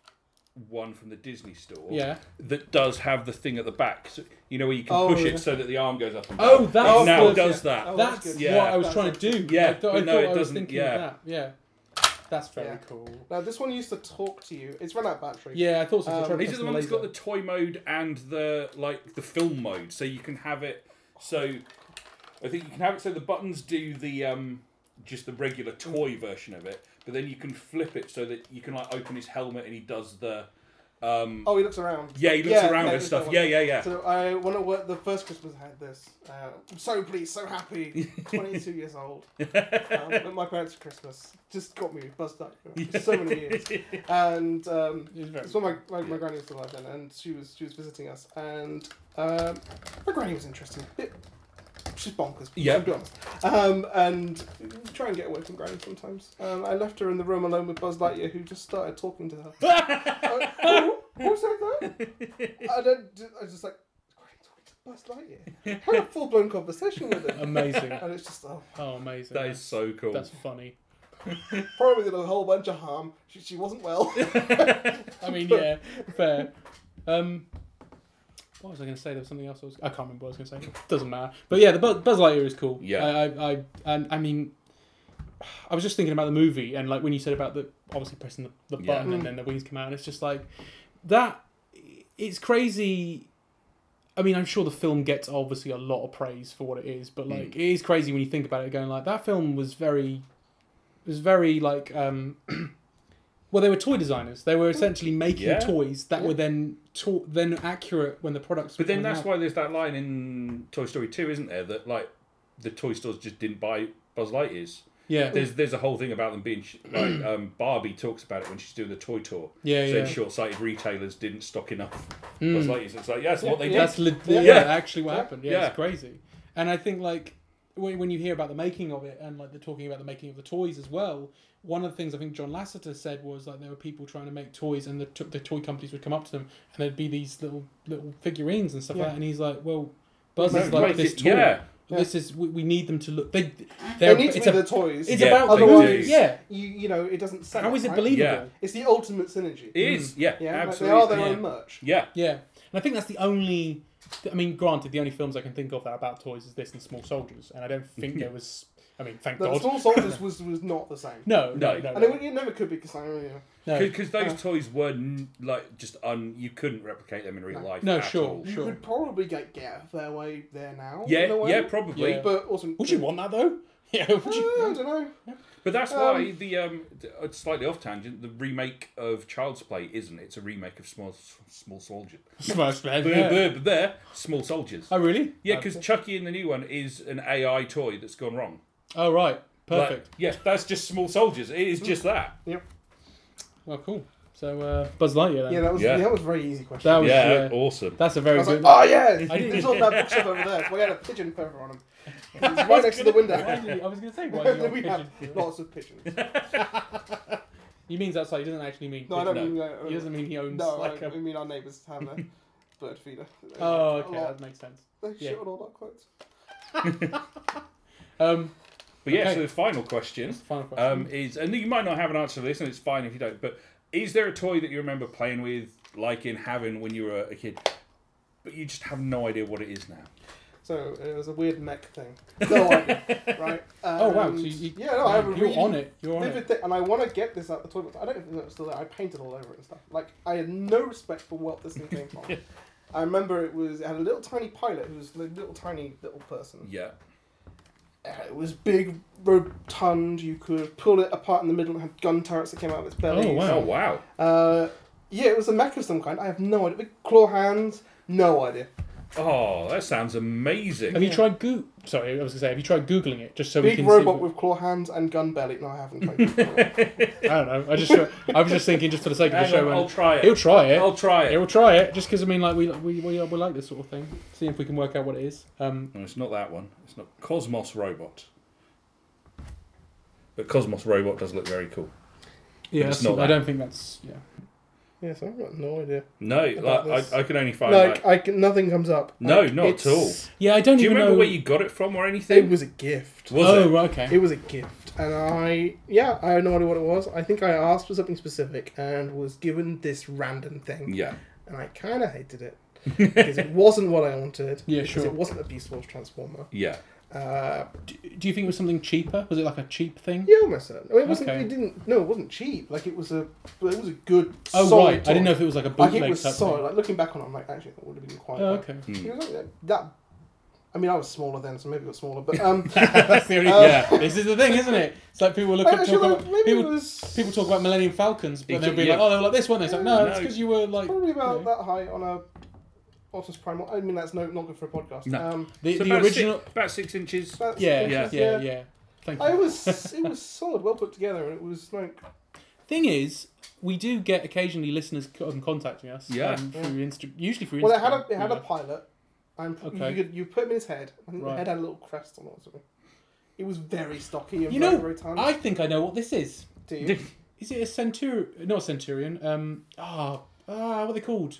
S2: one from the Disney store
S1: yeah.
S2: that does have the thing at the back, so, you know, where you can
S4: Oh,
S2: push
S4: yeah.
S2: it so that the arm goes up. And down.
S1: Oh, that's
S2: it now
S1: the-
S2: does that.
S4: Oh, that's
S1: that's
S4: good.
S2: Yeah.
S1: what I was trying to do.
S2: Yeah,
S1: I, th- I
S2: but no,
S1: thought
S2: it
S1: I was
S2: doesn't-
S1: thinking
S2: yeah.
S1: of that. Yeah, that's very
S4: Yeah.
S1: cool.
S4: Now this one used to talk to you. It's run out of battery.
S1: Yeah, I thought so. 'cause I
S4: Um,
S1: tried to
S2: These are
S1: press
S2: the one that's got
S1: laser.
S2: the toy mode and the like the film mode, so you can have it. So I think you can have it so the buttons do the um just the regular toy version of it, but then you can flip it so that you can like open his helmet and he does the um
S4: Oh, he looks around.
S2: yeah he looks
S4: yeah,
S2: around
S4: that
S2: and
S4: is
S2: stuff.
S4: that one.
S2: Yeah, yeah, yeah.
S4: So I when I worked the first Christmas I had this. Uh, I'm so pleased, so happy. 22 years old. Um, at my parents' Christmas just got me buzzed up. for So many years. And um,
S1: It was very
S4: So my my, my granny was alive then, and she was she was visiting us, and um, my granny was interesting. Bit, she's bonkers.
S2: Yeah.
S4: to be honest. Um, and try and get away from granny sometimes. Um, I left her in the room alone with Buzz Lightyear, who just started talking to her. I, oh, who said that? I don't. I was just like. "Granny talking to Buzz Lightyear. Had a full blown conversation with
S1: Um,
S4: him,
S1: amazing.
S4: and it's just oh,
S1: Oh, amazing.
S2: That is so cool.
S1: That's funny.
S4: probably did a whole bunch of harm. She, she wasn't well.
S1: I mean, yeah, fair. Um, what was I going to say? There was something else. I, was, I can't remember what I was going to say. Doesn't matter. But yeah, the Buzz, Buzz Lightyear is cool.
S2: Yeah.
S1: I, I, I, and I mean, I was just thinking about the movie and like when you said about the obviously pressing the, the
S2: Yeah.
S1: button and then the wings come out. It's just like that. It's crazy. I mean, I'm sure the film gets obviously a lot of praise for what it is, but like
S2: Mm.
S1: it is crazy when you think about it. Going like that film was very, was very like um, well, they were toy designers. They were essentially making
S2: Yeah.
S1: toys that
S4: Yeah.
S1: were then to- then accurate when the products.
S2: But
S1: were
S2: then
S1: coming
S2: that's
S1: out.
S2: why there's that line in Toy Story Two, isn't there? That like the toy stores just didn't buy Buzz Lightyears.
S1: yeah,
S2: There's there's a whole thing about them being sh- like um, Barbie talks about it when she's doing the toy tour.
S1: Yeah,
S2: Saying
S1: yeah.
S2: short-sighted retailers didn't stock enough. Buzz Lightyear. It's like yeah, that's what they did.
S1: that's le- yeah.
S2: Yeah.
S1: actually what happened. Yeah,
S2: Yeah.
S1: it's crazy. And I think like when when you hear about the making of it and like they're talking about the making of the toys as well. One of the things I think John Lasseter said was like there were people trying to make toys and the, to- the toy companies would come up to them and there'd be these little little figurines and stuff
S4: Yeah.
S1: like that. And he's like, well, Buzz
S2: No,
S1: is like
S2: make
S1: this
S2: it-
S1: toy.
S2: yeah.
S1: This is we, we need them to look. They,
S4: they
S1: they're-
S4: need to
S1: it's
S4: be
S1: a-
S4: the toys.
S1: It's
S2: Yeah,
S1: about
S2: they
S1: otherwise,
S2: do.
S1: yeah.
S4: you, you know, it doesn't sell.
S1: How is it
S4: right?
S1: believable?
S4: It's the ultimate synergy.
S2: It
S1: hmm.
S2: is. Yeah.
S4: yeah, like,
S2: Absolutely.
S4: they are their
S1: Yeah.
S4: own merch.
S2: yeah.
S1: Yeah. and I think that's the only. I mean, granted, the only films I can think of that are about toys is this and Small Soldiers, and I don't think there was. I mean, thank
S4: The
S1: God.
S4: Small Soldiers was was not the same.
S1: No, no,
S2: No.
S1: no.
S4: And
S1: no,
S4: it, it never could be because I don't know.
S1: no.
S2: Because
S4: uh.
S2: those toys were n- like just un. You couldn't replicate them in real life.
S1: No,
S2: at
S1: sure.
S2: all.
S4: You
S1: Sure.
S4: could probably get get a fair way there now. in
S2: Yeah.
S4: a way,
S2: Yeah. Probably.
S1: Yeah.
S4: But also,
S1: Would you want that though? Yeah.
S4: Uh,
S1: Would you?
S4: I don't know.
S2: But that's
S4: Um,
S2: why the um th- uh, slightly off tangent. The remake of Child's Play isn't. It's a remake of Small Small Soldiers.
S1: Smash man,
S2: Bleh,
S1: yeah.
S2: bleh, bleh, Small Soldiers.
S1: Oh really?
S2: Yeah,
S4: uh,
S2: because Chucky in the new one is an AI toy that's gone wrong.
S1: Oh right.
S2: Like,
S1: Perfect.
S2: yeah, that's just Small Soldiers. It is just that.
S4: Yep.
S1: Well, cool. So uh, Buzz Lightyear. Then.
S4: Yeah,
S1: Yeah.
S4: that was
S2: Yeah.
S4: that was a very easy question.
S1: That was Oh, yeah.
S2: awesome.
S1: That's a very
S4: I was like,
S1: good.
S4: oh yeah,
S1: didn't-
S4: there's all that bookshelf over there. We had a pigeon feather on him. It's right next to the
S1: Why
S4: window.
S1: do you- I was going to say why do you
S4: we
S1: want
S4: have
S1: pigeon?
S4: lots of pigeons.
S1: He means outside. He doesn't actually mean.
S4: No, I don't
S1: pigeon.
S4: mean uh,
S1: He doesn't mean he owns
S4: No,
S1: like
S4: I,
S1: a.
S4: I mean our neighbours have a bird feeder.
S1: Oh,
S4: A
S1: okay,
S4: lot.
S1: that makes sense.
S4: They
S1: yeah.
S4: shit on all our quotes.
S1: Um,
S2: But yeah,
S1: Okay.
S2: so the final question
S1: Final question.
S2: um, is, and you might not have an answer to this, and it's fine if you don't. But is there a toy that you remember playing with, like in having when you were a kid, but you just have no idea what it is now?
S4: So it was a weird mech thing. No idea, right?
S1: oh wow!
S4: And-
S1: So you,
S4: yeah, no, I have a
S1: you're
S4: really
S1: on it. You're on it.
S4: vivid thing, and I want to get this out the toy box. I don't even know if it's still there. I painted all over it and stuff. Like I had no respect for what this thing came from. I remember it was it had a little tiny pilot who was a little tiny little person.
S2: Yeah.
S4: Uh, It was big, rotund. You could pull it apart in the middle and had gun turrets that came out of its belly.
S1: Oh, wow.
S2: Oh wow.
S4: Uh, yeah, it was a mech of some kind. I have no idea. Big claw hands. No idea.
S2: Oh, that sounds amazing.
S1: Have you
S4: Yeah.
S1: tried Goo? Sorry, I was gonna say. Have you tried googling it just so we
S4: Big
S1: can
S4: robot
S1: see?
S4: with claw hands and gun belly. No, I haven't. Played it.
S1: I don't know. I just I was just thinking just for the sake of the
S2: Hang
S1: show.
S2: on,
S1: when-
S2: I'll try it.
S1: He'll try it.
S2: I'll try it.
S1: He'll try it just because I mean like we we, we we like this sort of thing. See if we can work out what it is. Um,
S2: No, it's not that one. It's not Cosmos Robot. But Cosmos Robot does look very cool.
S1: yeah,
S2: It's
S1: that's-
S2: not
S1: I
S2: that.
S1: don't think that's yeah.
S4: yeah, so I've got no idea.
S2: No,
S4: About
S2: like,
S4: this.
S2: I, I can only find
S4: Like
S2: like-
S4: I can, nothing comes up.
S2: No,
S4: Like,
S2: not at all.
S4: it's-
S1: Yeah, I don't
S2: Do you
S1: even
S2: remember
S1: know
S2: where you got it from or
S4: It
S2: anything?
S4: was a gift.
S2: was
S1: oh,
S2: it?
S1: right, okay.
S4: It was a gift, and I yeah, I had no idea what it was. I think I asked for something specific and was given this random thing,
S2: Yeah.
S4: and I kind of hated it because it wasn't what I wanted.
S1: Yeah,
S4: because
S1: sure.
S4: It wasn't a Beast Wars Transformer.
S2: Yeah.
S4: Uh,
S1: Do, do you think it was something cheaper? Was it like a cheap thing?
S4: yeah, almost certain. I mean, it wasn't.
S1: Okay.
S4: It didn't. No, it wasn't cheap. Like it was a. It was a good.
S1: Oh
S4: solid
S1: right, I didn't know if it was like a
S4: Like
S1: bootleg
S4: it was
S1: type
S4: solid.
S1: thing.
S4: Like looking back on it, I'm like, actually, that would have been quite.
S1: Oh,
S4: bad.
S1: okay.
S2: Hmm.
S4: It was like that- that. I mean, I was smaller then, so maybe it was smaller, but um.
S1: That's the only.
S4: Uh,
S1: yeah, this is the thing, isn't it? It's like people look up
S4: Actually,
S1: talk
S4: though,
S1: about,
S4: maybe
S1: people
S4: it was
S1: People talk about Millennium Falcons, but they'll
S2: Exactly,
S1: be
S2: yeah.
S1: like, "Oh, they were like this one." It's like, "No, it's
S2: No.
S1: because you were like."
S4: probably about
S1: Yeah.
S4: that high on a Otis Primal. I mean, that's no not good for a podcast.
S2: No.
S4: Um,
S1: The,
S2: So
S1: the
S2: about six-
S1: original,
S2: about six inches.
S4: that's
S1: yeah, yeah,
S4: interesting,
S1: yeah, Thank you.
S4: I was it was solid, well put together, and it was like
S1: Thing is, we do get occasionally listeners co- um, contacting us.
S2: Yeah.
S1: um, through Insta- usually through Instagram.
S4: well, it had a it had
S1: you
S4: a
S1: know.
S4: pilot. I'm
S1: Okay.
S4: you, could, you put him in his head. I think
S1: Right.
S4: the head had a little crest on it or something. It was very stocky and
S1: You
S4: very
S1: know,
S4: rotund.
S1: I think I know what this is.
S4: Do you?
S1: Is it a centurion? Not a centurion. Um. Ah. Ah. What are they called?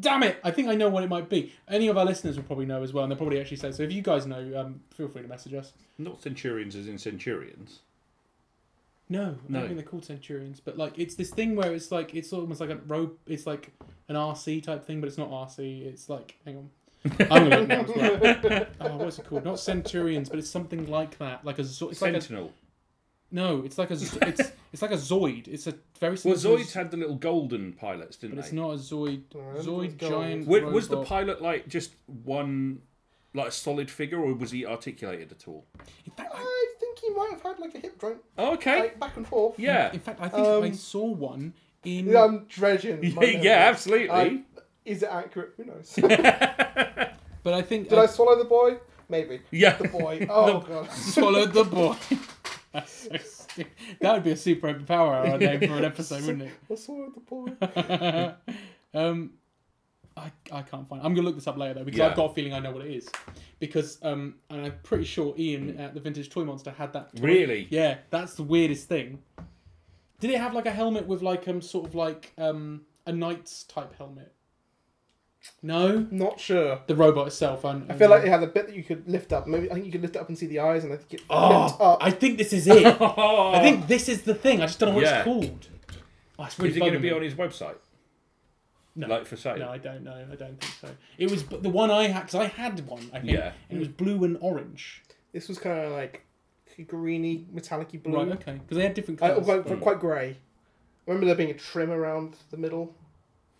S1: Damn it! I think I know what it might be. Any of our listeners will probably know as well, and they'll probably actually say so. If you guys know, um, feel free to message us.
S2: Not centurions as in centurions.
S1: No, I
S2: No.
S1: don't think they're called Centurions, but like it's this thing where it's like it's almost like a robe. It's like an RC type thing, but it's not RC. It's like hang on, I'm gonna look now. As well. Oh, what's it called? Not Centurions, but it's something like that. Like a zo- it's like a,
S2: Sentinel.
S1: no, it's like a zo- it's it's like a Zoid. It's a very
S2: well,
S1: similar. to a
S2: Zoids had the little golden pilots, didn't
S1: but it's
S2: they?
S1: not a Zoid.
S4: No, I don't think
S1: Zoid
S4: it's gold.
S1: giant.
S2: Wa- was the
S1: robot.
S2: pilot like just one, like a solid figure, or was he articulated at all?
S1: In fact, I-
S4: I think he might have had like a hip joint,
S2: Oh, okay.
S4: like back and forth.
S2: yeah.
S1: in fact, I think I
S4: Um,
S1: saw one in.
S4: Yeah, I'm dredging. my
S2: yeah,
S4: memory.
S2: absolutely.
S4: I- is it accurate? Who knows?
S1: but I think
S4: Did
S1: I,
S4: I swallow the boy? Maybe.
S2: yeah.
S4: The boy. Oh god.
S1: swallowed the boy. That's so stupid. That would be a super power hour name for an episode, wouldn't it?
S4: I swallowed the boy.
S1: um, I, I can't find. I'm gonna look this up later though because
S2: Yeah.
S1: I've got a feeling I know what it is, because um, and I'm pretty sure Ian at the Vintage Toy Monster had that. toy.
S2: Really?
S1: Yeah, that's the weirdest thing. Did it have like a helmet with like um sort of like um a knight's type helmet? No,
S4: Not sure.
S1: the robot itself. I,
S4: I feel like it had a bit that you could lift up. Maybe I think you could lift it up and see the eyes, and I think it flipped
S1: Oh,
S4: up.
S1: I think this is it. I
S2: I
S1: think this is the thing. I just don't know what
S2: Yeah.
S1: it's called. Oh, it's really
S2: Is it going to
S1: bugging
S2: be
S1: me.
S2: on his website?
S1: No.
S2: Like for sale?
S1: No, I don't know. I don't think so. It was but the one I had because I had one. I think.
S2: Yeah.
S1: And it was blue and orange.
S4: This was kind of like greeny, metallic blue,
S1: Right. Okay. Hmm. Because they had different
S4: I,
S1: colours.
S4: quite, quite grey. Remember there being a trim around the middle,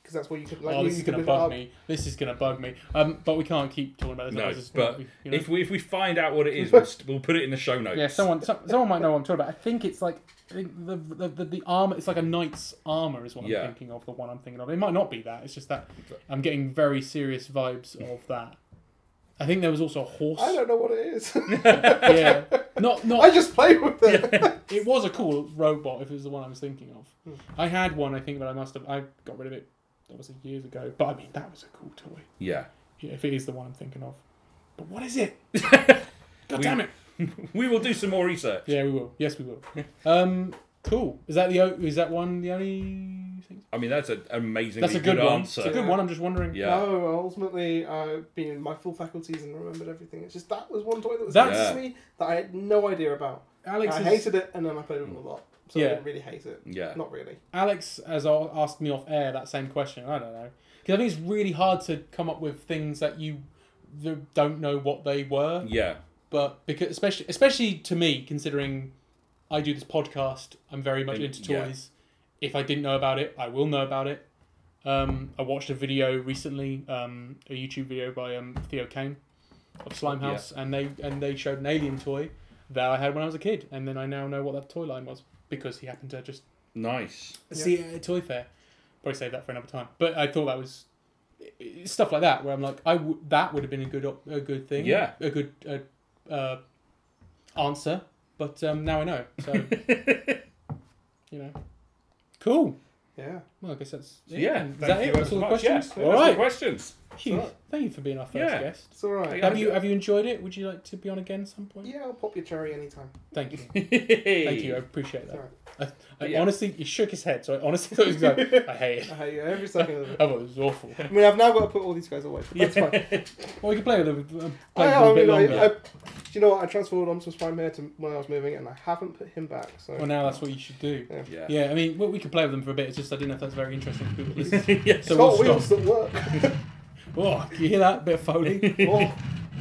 S4: because that's where you could like
S1: oh,
S4: you,
S1: this
S4: you
S1: is
S4: could
S1: gonna
S4: lift
S1: bug
S4: it up.
S1: me. This is gonna bug me. Um, but we can't keep talking about this.
S2: No,
S1: otherwise it's
S2: but
S1: you know.
S2: if we if we find out what it is, we'll, st- we'll put it in the show notes.
S1: yeah, someone some, someone might know what I'm talking about. I think it's like I think the the, the, the armor. It's like a knight's armor is what
S2: Yeah.
S1: I'm thinking of. The one I'm thinking of. It might not be that. It's just that I'm getting very serious vibes of that. I think there was also a horse.
S4: I don't know what it is.
S1: yeah. Not not
S4: I just play with it.
S1: It was a cool robot if it was the one I was thinking of.
S4: Hmm.
S1: I had one, I think, but I must have. I got rid of it, obviously, years ago. But I mean, that was a cool toy.
S2: Yeah.
S1: Yeah, if it is the one I'm thinking of. But what is it? God
S2: We-
S1: damn it!
S2: We will do some more research.
S1: Yeah, we will. Yes, we will. um, cool. Is that the o- is that one the only things.
S2: I mean, that's an amazingly
S1: That's a good, one.
S2: answer.
S1: It's a good one. I'm just wondering.
S2: Yeah.
S4: No, ultimately, uh, being in my full faculties and remembered everything. It's just that was one toy that was
S1: That's-
S4: next to me that I had no idea about.
S1: Alex,
S4: I
S1: has,
S4: hated it, and then I played with it a lot, so
S1: Yeah.
S4: I didn't really hate it.
S2: Yeah.
S4: Not really.
S1: Alex has a- asked me off air that same question. I don't know because I think it's really hard to come up with things that you th- don't know what they were.
S2: Yeah.
S1: But because especially especially to me, considering I do this podcast, I'm very much
S2: And-
S1: into
S2: yeah.
S1: toys. If I didn't know about it, I will know about it. Um, I watched a video recently, um, a YouTube video by um, Theo Kane of Slimehouse, and they and they showed an alien toy that I had when I was a kid, and then I now know what that toy line was because he happened to just
S2: Nice.
S4: Yeah.
S1: see it at a toy fair. Probably save that for another time. But I thought that was i- stuff like that where I'm like, I w- that would have been a good op- a good thing.
S2: Yeah.
S1: A good uh, uh, answer. But um, now I know. So you know, cool.
S4: Yeah.
S1: Well, I guess that's
S2: So,
S1: it.
S2: yeah.
S1: Is
S2: thank
S1: that
S2: you
S1: it?
S2: ever
S1: That's
S2: so
S1: all the
S2: much. Yeah,
S1: questions.
S2: that's
S1: All
S2: the
S1: right.
S2: questions.
S1: Hugh, thank you for being our first
S2: Yeah.
S1: guest.
S4: It's all right.
S2: Yeah.
S1: Have you have you enjoyed it? Would you like to be on again some point?
S4: Yeah, I'll pop your cherry anytime.
S1: Thank you. Thank
S2: Thank
S1: you. I appreciate
S4: It's
S1: that.
S4: all
S1: I
S2: Yeah.
S1: honestly, he shook his head, so I honestly thought he was going, I hate it.
S4: right. I hate you every second of
S1: I
S4: it.
S1: thought it was awful.
S4: I mean, I've now got to put all these guys away. But that's fine.
S1: Well, we can play with them. uh, Play with them
S4: I, I
S1: a bit
S4: mean, I,
S1: longer.
S4: I, do you know what? I transferred onto Spymare to when I was moving, and I haven't put him back. So
S1: Well, now that's what you should do.
S2: Yeah.
S1: Yeah, I mean, well, we could play with them for a bit. It's just I didn't know if that's very interesting for people to listen.
S2: yes.
S4: it's
S1: So
S4: got
S1: we'll
S4: wheels
S1: stop.
S4: that work.
S1: Oh, you hear that bit of foley?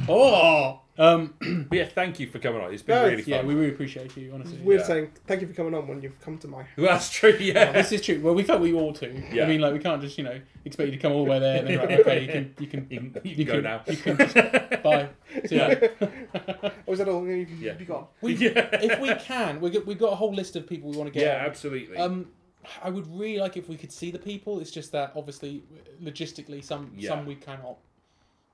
S4: Oh,
S1: Oh, um,
S2: But yeah, thank you for coming on. It's been
S4: No,
S2: really
S1: yeah,
S2: fun.
S1: we really appreciate you,
S4: it's
S1: honestly.
S4: weird
S2: Yeah.
S4: saying thank you for coming on when you've come to my.
S2: Well, that's true. Yeah.
S1: Oh, This is true. Well, we felt we all to.
S2: Yeah.
S1: I mean, like we can't just you know expect you to come all the way there and then right, okay, you can you can
S2: You can, you
S1: you
S2: can go
S1: can-
S2: now.
S1: you can bye. See ya.
S4: Oh, is that all? You, you
S2: Yeah.
S4: be gone.
S1: We,
S2: yeah.
S1: If we can, we got we got a whole list of people we want to get.
S2: yeah,
S1: on.
S2: absolutely.
S1: Um, I would really like if we could see the people. It's just that obviously, logistically, some
S2: Yeah.
S1: some we cannot,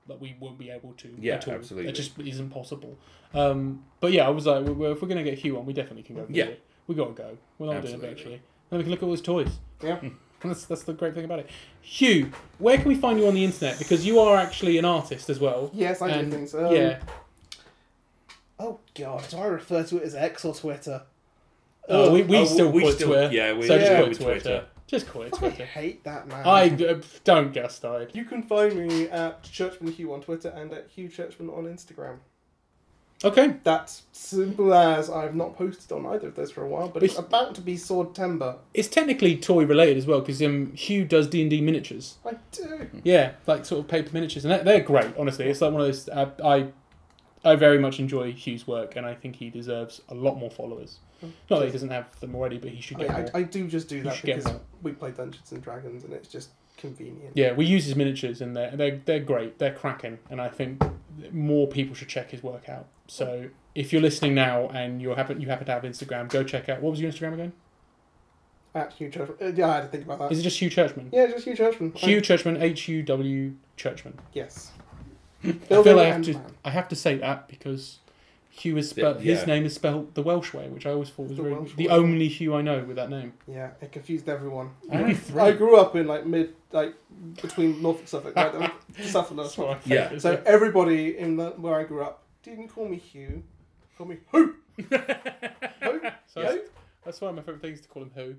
S1: but we won't be able to.
S2: Yeah,
S1: at all.
S2: absolutely.
S1: It just isn't possible. Um, but yeah, I was like, we- we- if we're gonna get Hugh on, we definitely can go.
S2: Yeah.
S1: it. we gotta go. We'll all do it
S2: Absolutely.
S1: eventually. Then we can look at all his toys.
S4: Yeah.
S1: That's that's the great thing about it. Hugh, where can we find you on the internet? Because you are actually an artist as well.
S4: Yes, I
S1: And-
S4: do things. Um,
S1: yeah. Uh,
S4: Oh God, do I refer to it as X or Twitter?
S1: Uh, we we
S2: Oh,
S1: still
S2: we
S1: call it
S2: still-
S1: Twitter.
S2: yeah, we-
S1: so just
S4: yeah,
S1: call it
S2: we
S1: Twitter.
S2: Twitter.
S1: Just call it
S4: I
S1: Twitter.
S4: hate that man.
S1: I uh, don't guess died.
S4: You can find me at Churchman Hugh on Twitter and at Hugh Churchman on Instagram.
S1: Okay.
S4: That's simple as I've not posted on either of those for a while, but it's
S1: Which-
S4: about to be Sword Timber.
S1: It's technically toy related as well because um, Hugh does D and D miniatures.
S4: I do.
S1: Yeah, like sort of paper miniatures, and they're, they're great. Honestly, it's like one of those. Uh, I I very much enjoy Hugh's work, and I think he deserves a lot more followers. Not that he doesn't have them already, but he should
S4: I,
S1: get
S4: I,
S1: more.
S4: I do just do
S1: You
S4: that
S1: should get
S4: because
S1: more.
S4: we play Dungeons and Dragons and it's just convenient.
S1: Yeah, we use his miniatures, and they're they're they're great. They're cracking, and I think more people should check his work out. So if you're listening now and you happen you happen to have Instagram, go check out. What was your Instagram again?
S4: At Hugh Churchman. uh, yeah, I had to think about that.
S1: Is it just Hugh Churchman?
S4: Yeah, just Hugh Churchman.
S1: Hugh Churchman, H U W Churchman.
S4: I- yes.
S1: I
S4: Building
S1: feel I have to.
S4: Ant-Man.
S1: I have to say that because Hugh is spelled.
S2: Yeah.
S1: His name is spelled the Welsh way, which I always thought was
S4: The
S1: really,
S4: Welsh
S1: the
S4: way.
S1: only Hugh I know with that name.
S4: Yeah, it confused everyone.
S1: I only
S4: I
S1: three.
S4: grew up in like mid, like between Norfolk and Suffolk, like, Suffolk.
S1: That's
S4: that's
S1: what I think.
S2: Yeah.
S4: So everybody in the, where I grew up didn't call me Hugh, call me Who. Who?
S1: So
S4: Who?
S1: That's one of my favourite things to call him Who.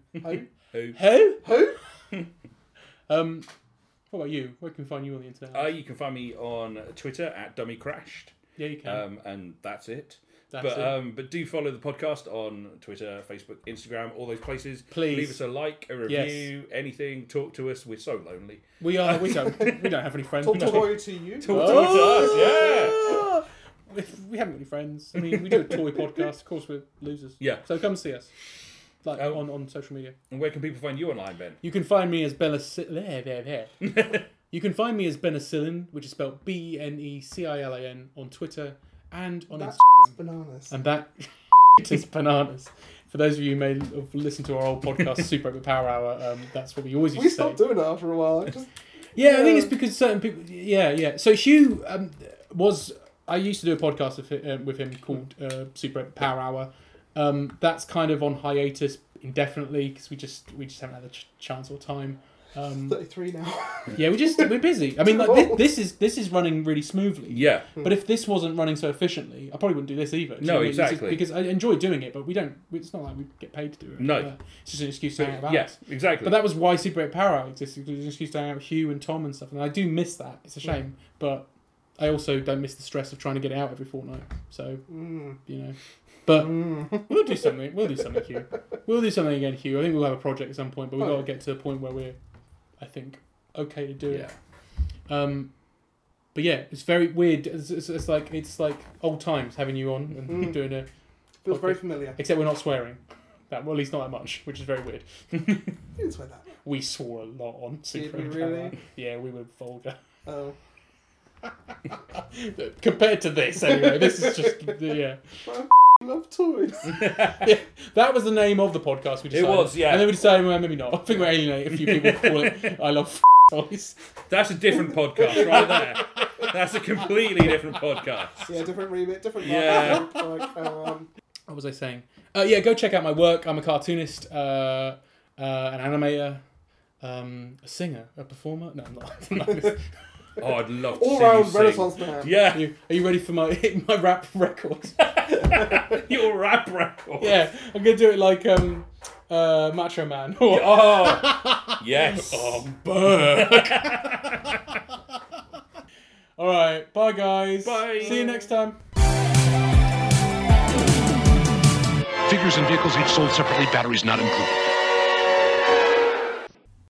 S4: Who?
S2: Who?
S1: Who?
S4: Who?
S1: Um, what about you? Where can we find you on the internet?
S2: Uh, you can find me on Twitter at Dummy Crashed,
S1: yeah, you can.
S2: um, and that's it.
S1: That's
S2: but
S1: it.
S2: um, but do follow the podcast on Twitter, Facebook, Instagram, all those places.
S1: Please.
S2: leave us a like, a
S1: Yes.
S2: review, anything. Talk to us. We're so lonely.
S1: we are. We don't. we don't have any friends.
S4: Talk
S1: No.
S4: toy to you. Oh!
S2: Talk to us. Yeah.
S1: If we haven't got any friends. I mean, we do a toy podcast. Of course, we're losers.
S2: Yeah.
S1: So come see us, like
S2: Oh.
S1: on, on social media.
S2: And where can people find you online, Ben?
S1: You can find me as Benicillin. There, there, there. you can find me as Benicillin, which is spelled B E N E C I L A N, on Twitter and on
S4: That's
S1: Instagram.
S4: bananas.
S1: And that is bananas. For those of you who may have listened to our old podcast, Super Over Power Hour, um, that's what we always used to
S4: we
S1: say.
S4: stopped doing that after a while. It just,
S1: Yeah, I think
S4: Yeah.
S1: it's because certain people. Yeah, yeah. So Hugh um, was. I used to do a podcast with him, uh, with him called uh, Super Power Hour. Um, that's kind of on hiatus indefinitely because we just we just haven't had the ch- chance or time. Um,
S4: 33 now.
S1: yeah, we just we're busy. I mean, like, thi- this, is this is running really smoothly.
S2: Yeah.
S1: But if this wasn't running so efficiently, I probably wouldn't do this either. Do you
S2: No,
S1: know what I mean? This is-
S2: exactly.
S1: Because I enjoy doing it, but we don't. It's not like we get paid to do it.
S2: No.
S1: Uh, It's just an excuse to hang out. with
S2: yeah,
S1: Alex.
S2: exactly.
S1: But that was why Super 8 Power Hour existed. Because it was an excuse to hang out with Hugh and Tom and stuff. And I do miss that. It's a shame, but I also don't miss the stress of trying to get out every fortnight. So
S4: Mm.
S1: you know, but
S4: Mm.
S1: we'll do something. We'll do something, Hugh. We'll do something again, Hugh. I think we'll have a project at some point, but we've
S4: Oh,
S1: got to get to a point where we're, I think, okay to do
S2: yeah.
S1: it. Um, but yeah, it's very weird. It's, it's, it's like it's like old times having you on and
S4: Mm.
S1: doing it.
S4: Feels
S1: Okay.
S4: very familiar.
S1: Except we're not swearing. That well, at least not that much, which is very weird.
S4: You didn't swear that.
S1: We swore a lot on Super
S4: we
S1: Eight
S4: really?
S1: Power. Yeah, we were vulgar
S4: Oh.
S1: compared to this. Anyway, this is just yeah.
S4: Love toys.
S1: That was the name of the podcast. We
S2: It
S1: decided.
S2: was, yeah.
S1: And then we decided, well, maybe not. I think we're alienating a few people. who call it I love toys.
S2: That's a different podcast right there. That's a completely different podcast.
S4: Yeah, different remit, different
S2: Yeah.
S4: market. like, um,
S1: What was I saying? Uh, yeah, go check out my work. I'm a cartoonist, uh, uh, an animator, um, a singer, a performer. No, I'm not. I'm not.
S2: Oh, I'd love to
S4: all
S2: see you
S4: round
S2: sing.
S4: Renaissance man.
S1: Are
S2: Yeah,
S1: you, are you ready for my my rap record?
S2: your rap record.
S1: yeah, I'm gonna do it like um, uh, Macho Man.
S2: Oh, yes. Oh,
S1: Burke. All right, bye guys.
S2: Bye.
S1: See you next time.
S5: Figures and vehicles each sold separately, batteries not included.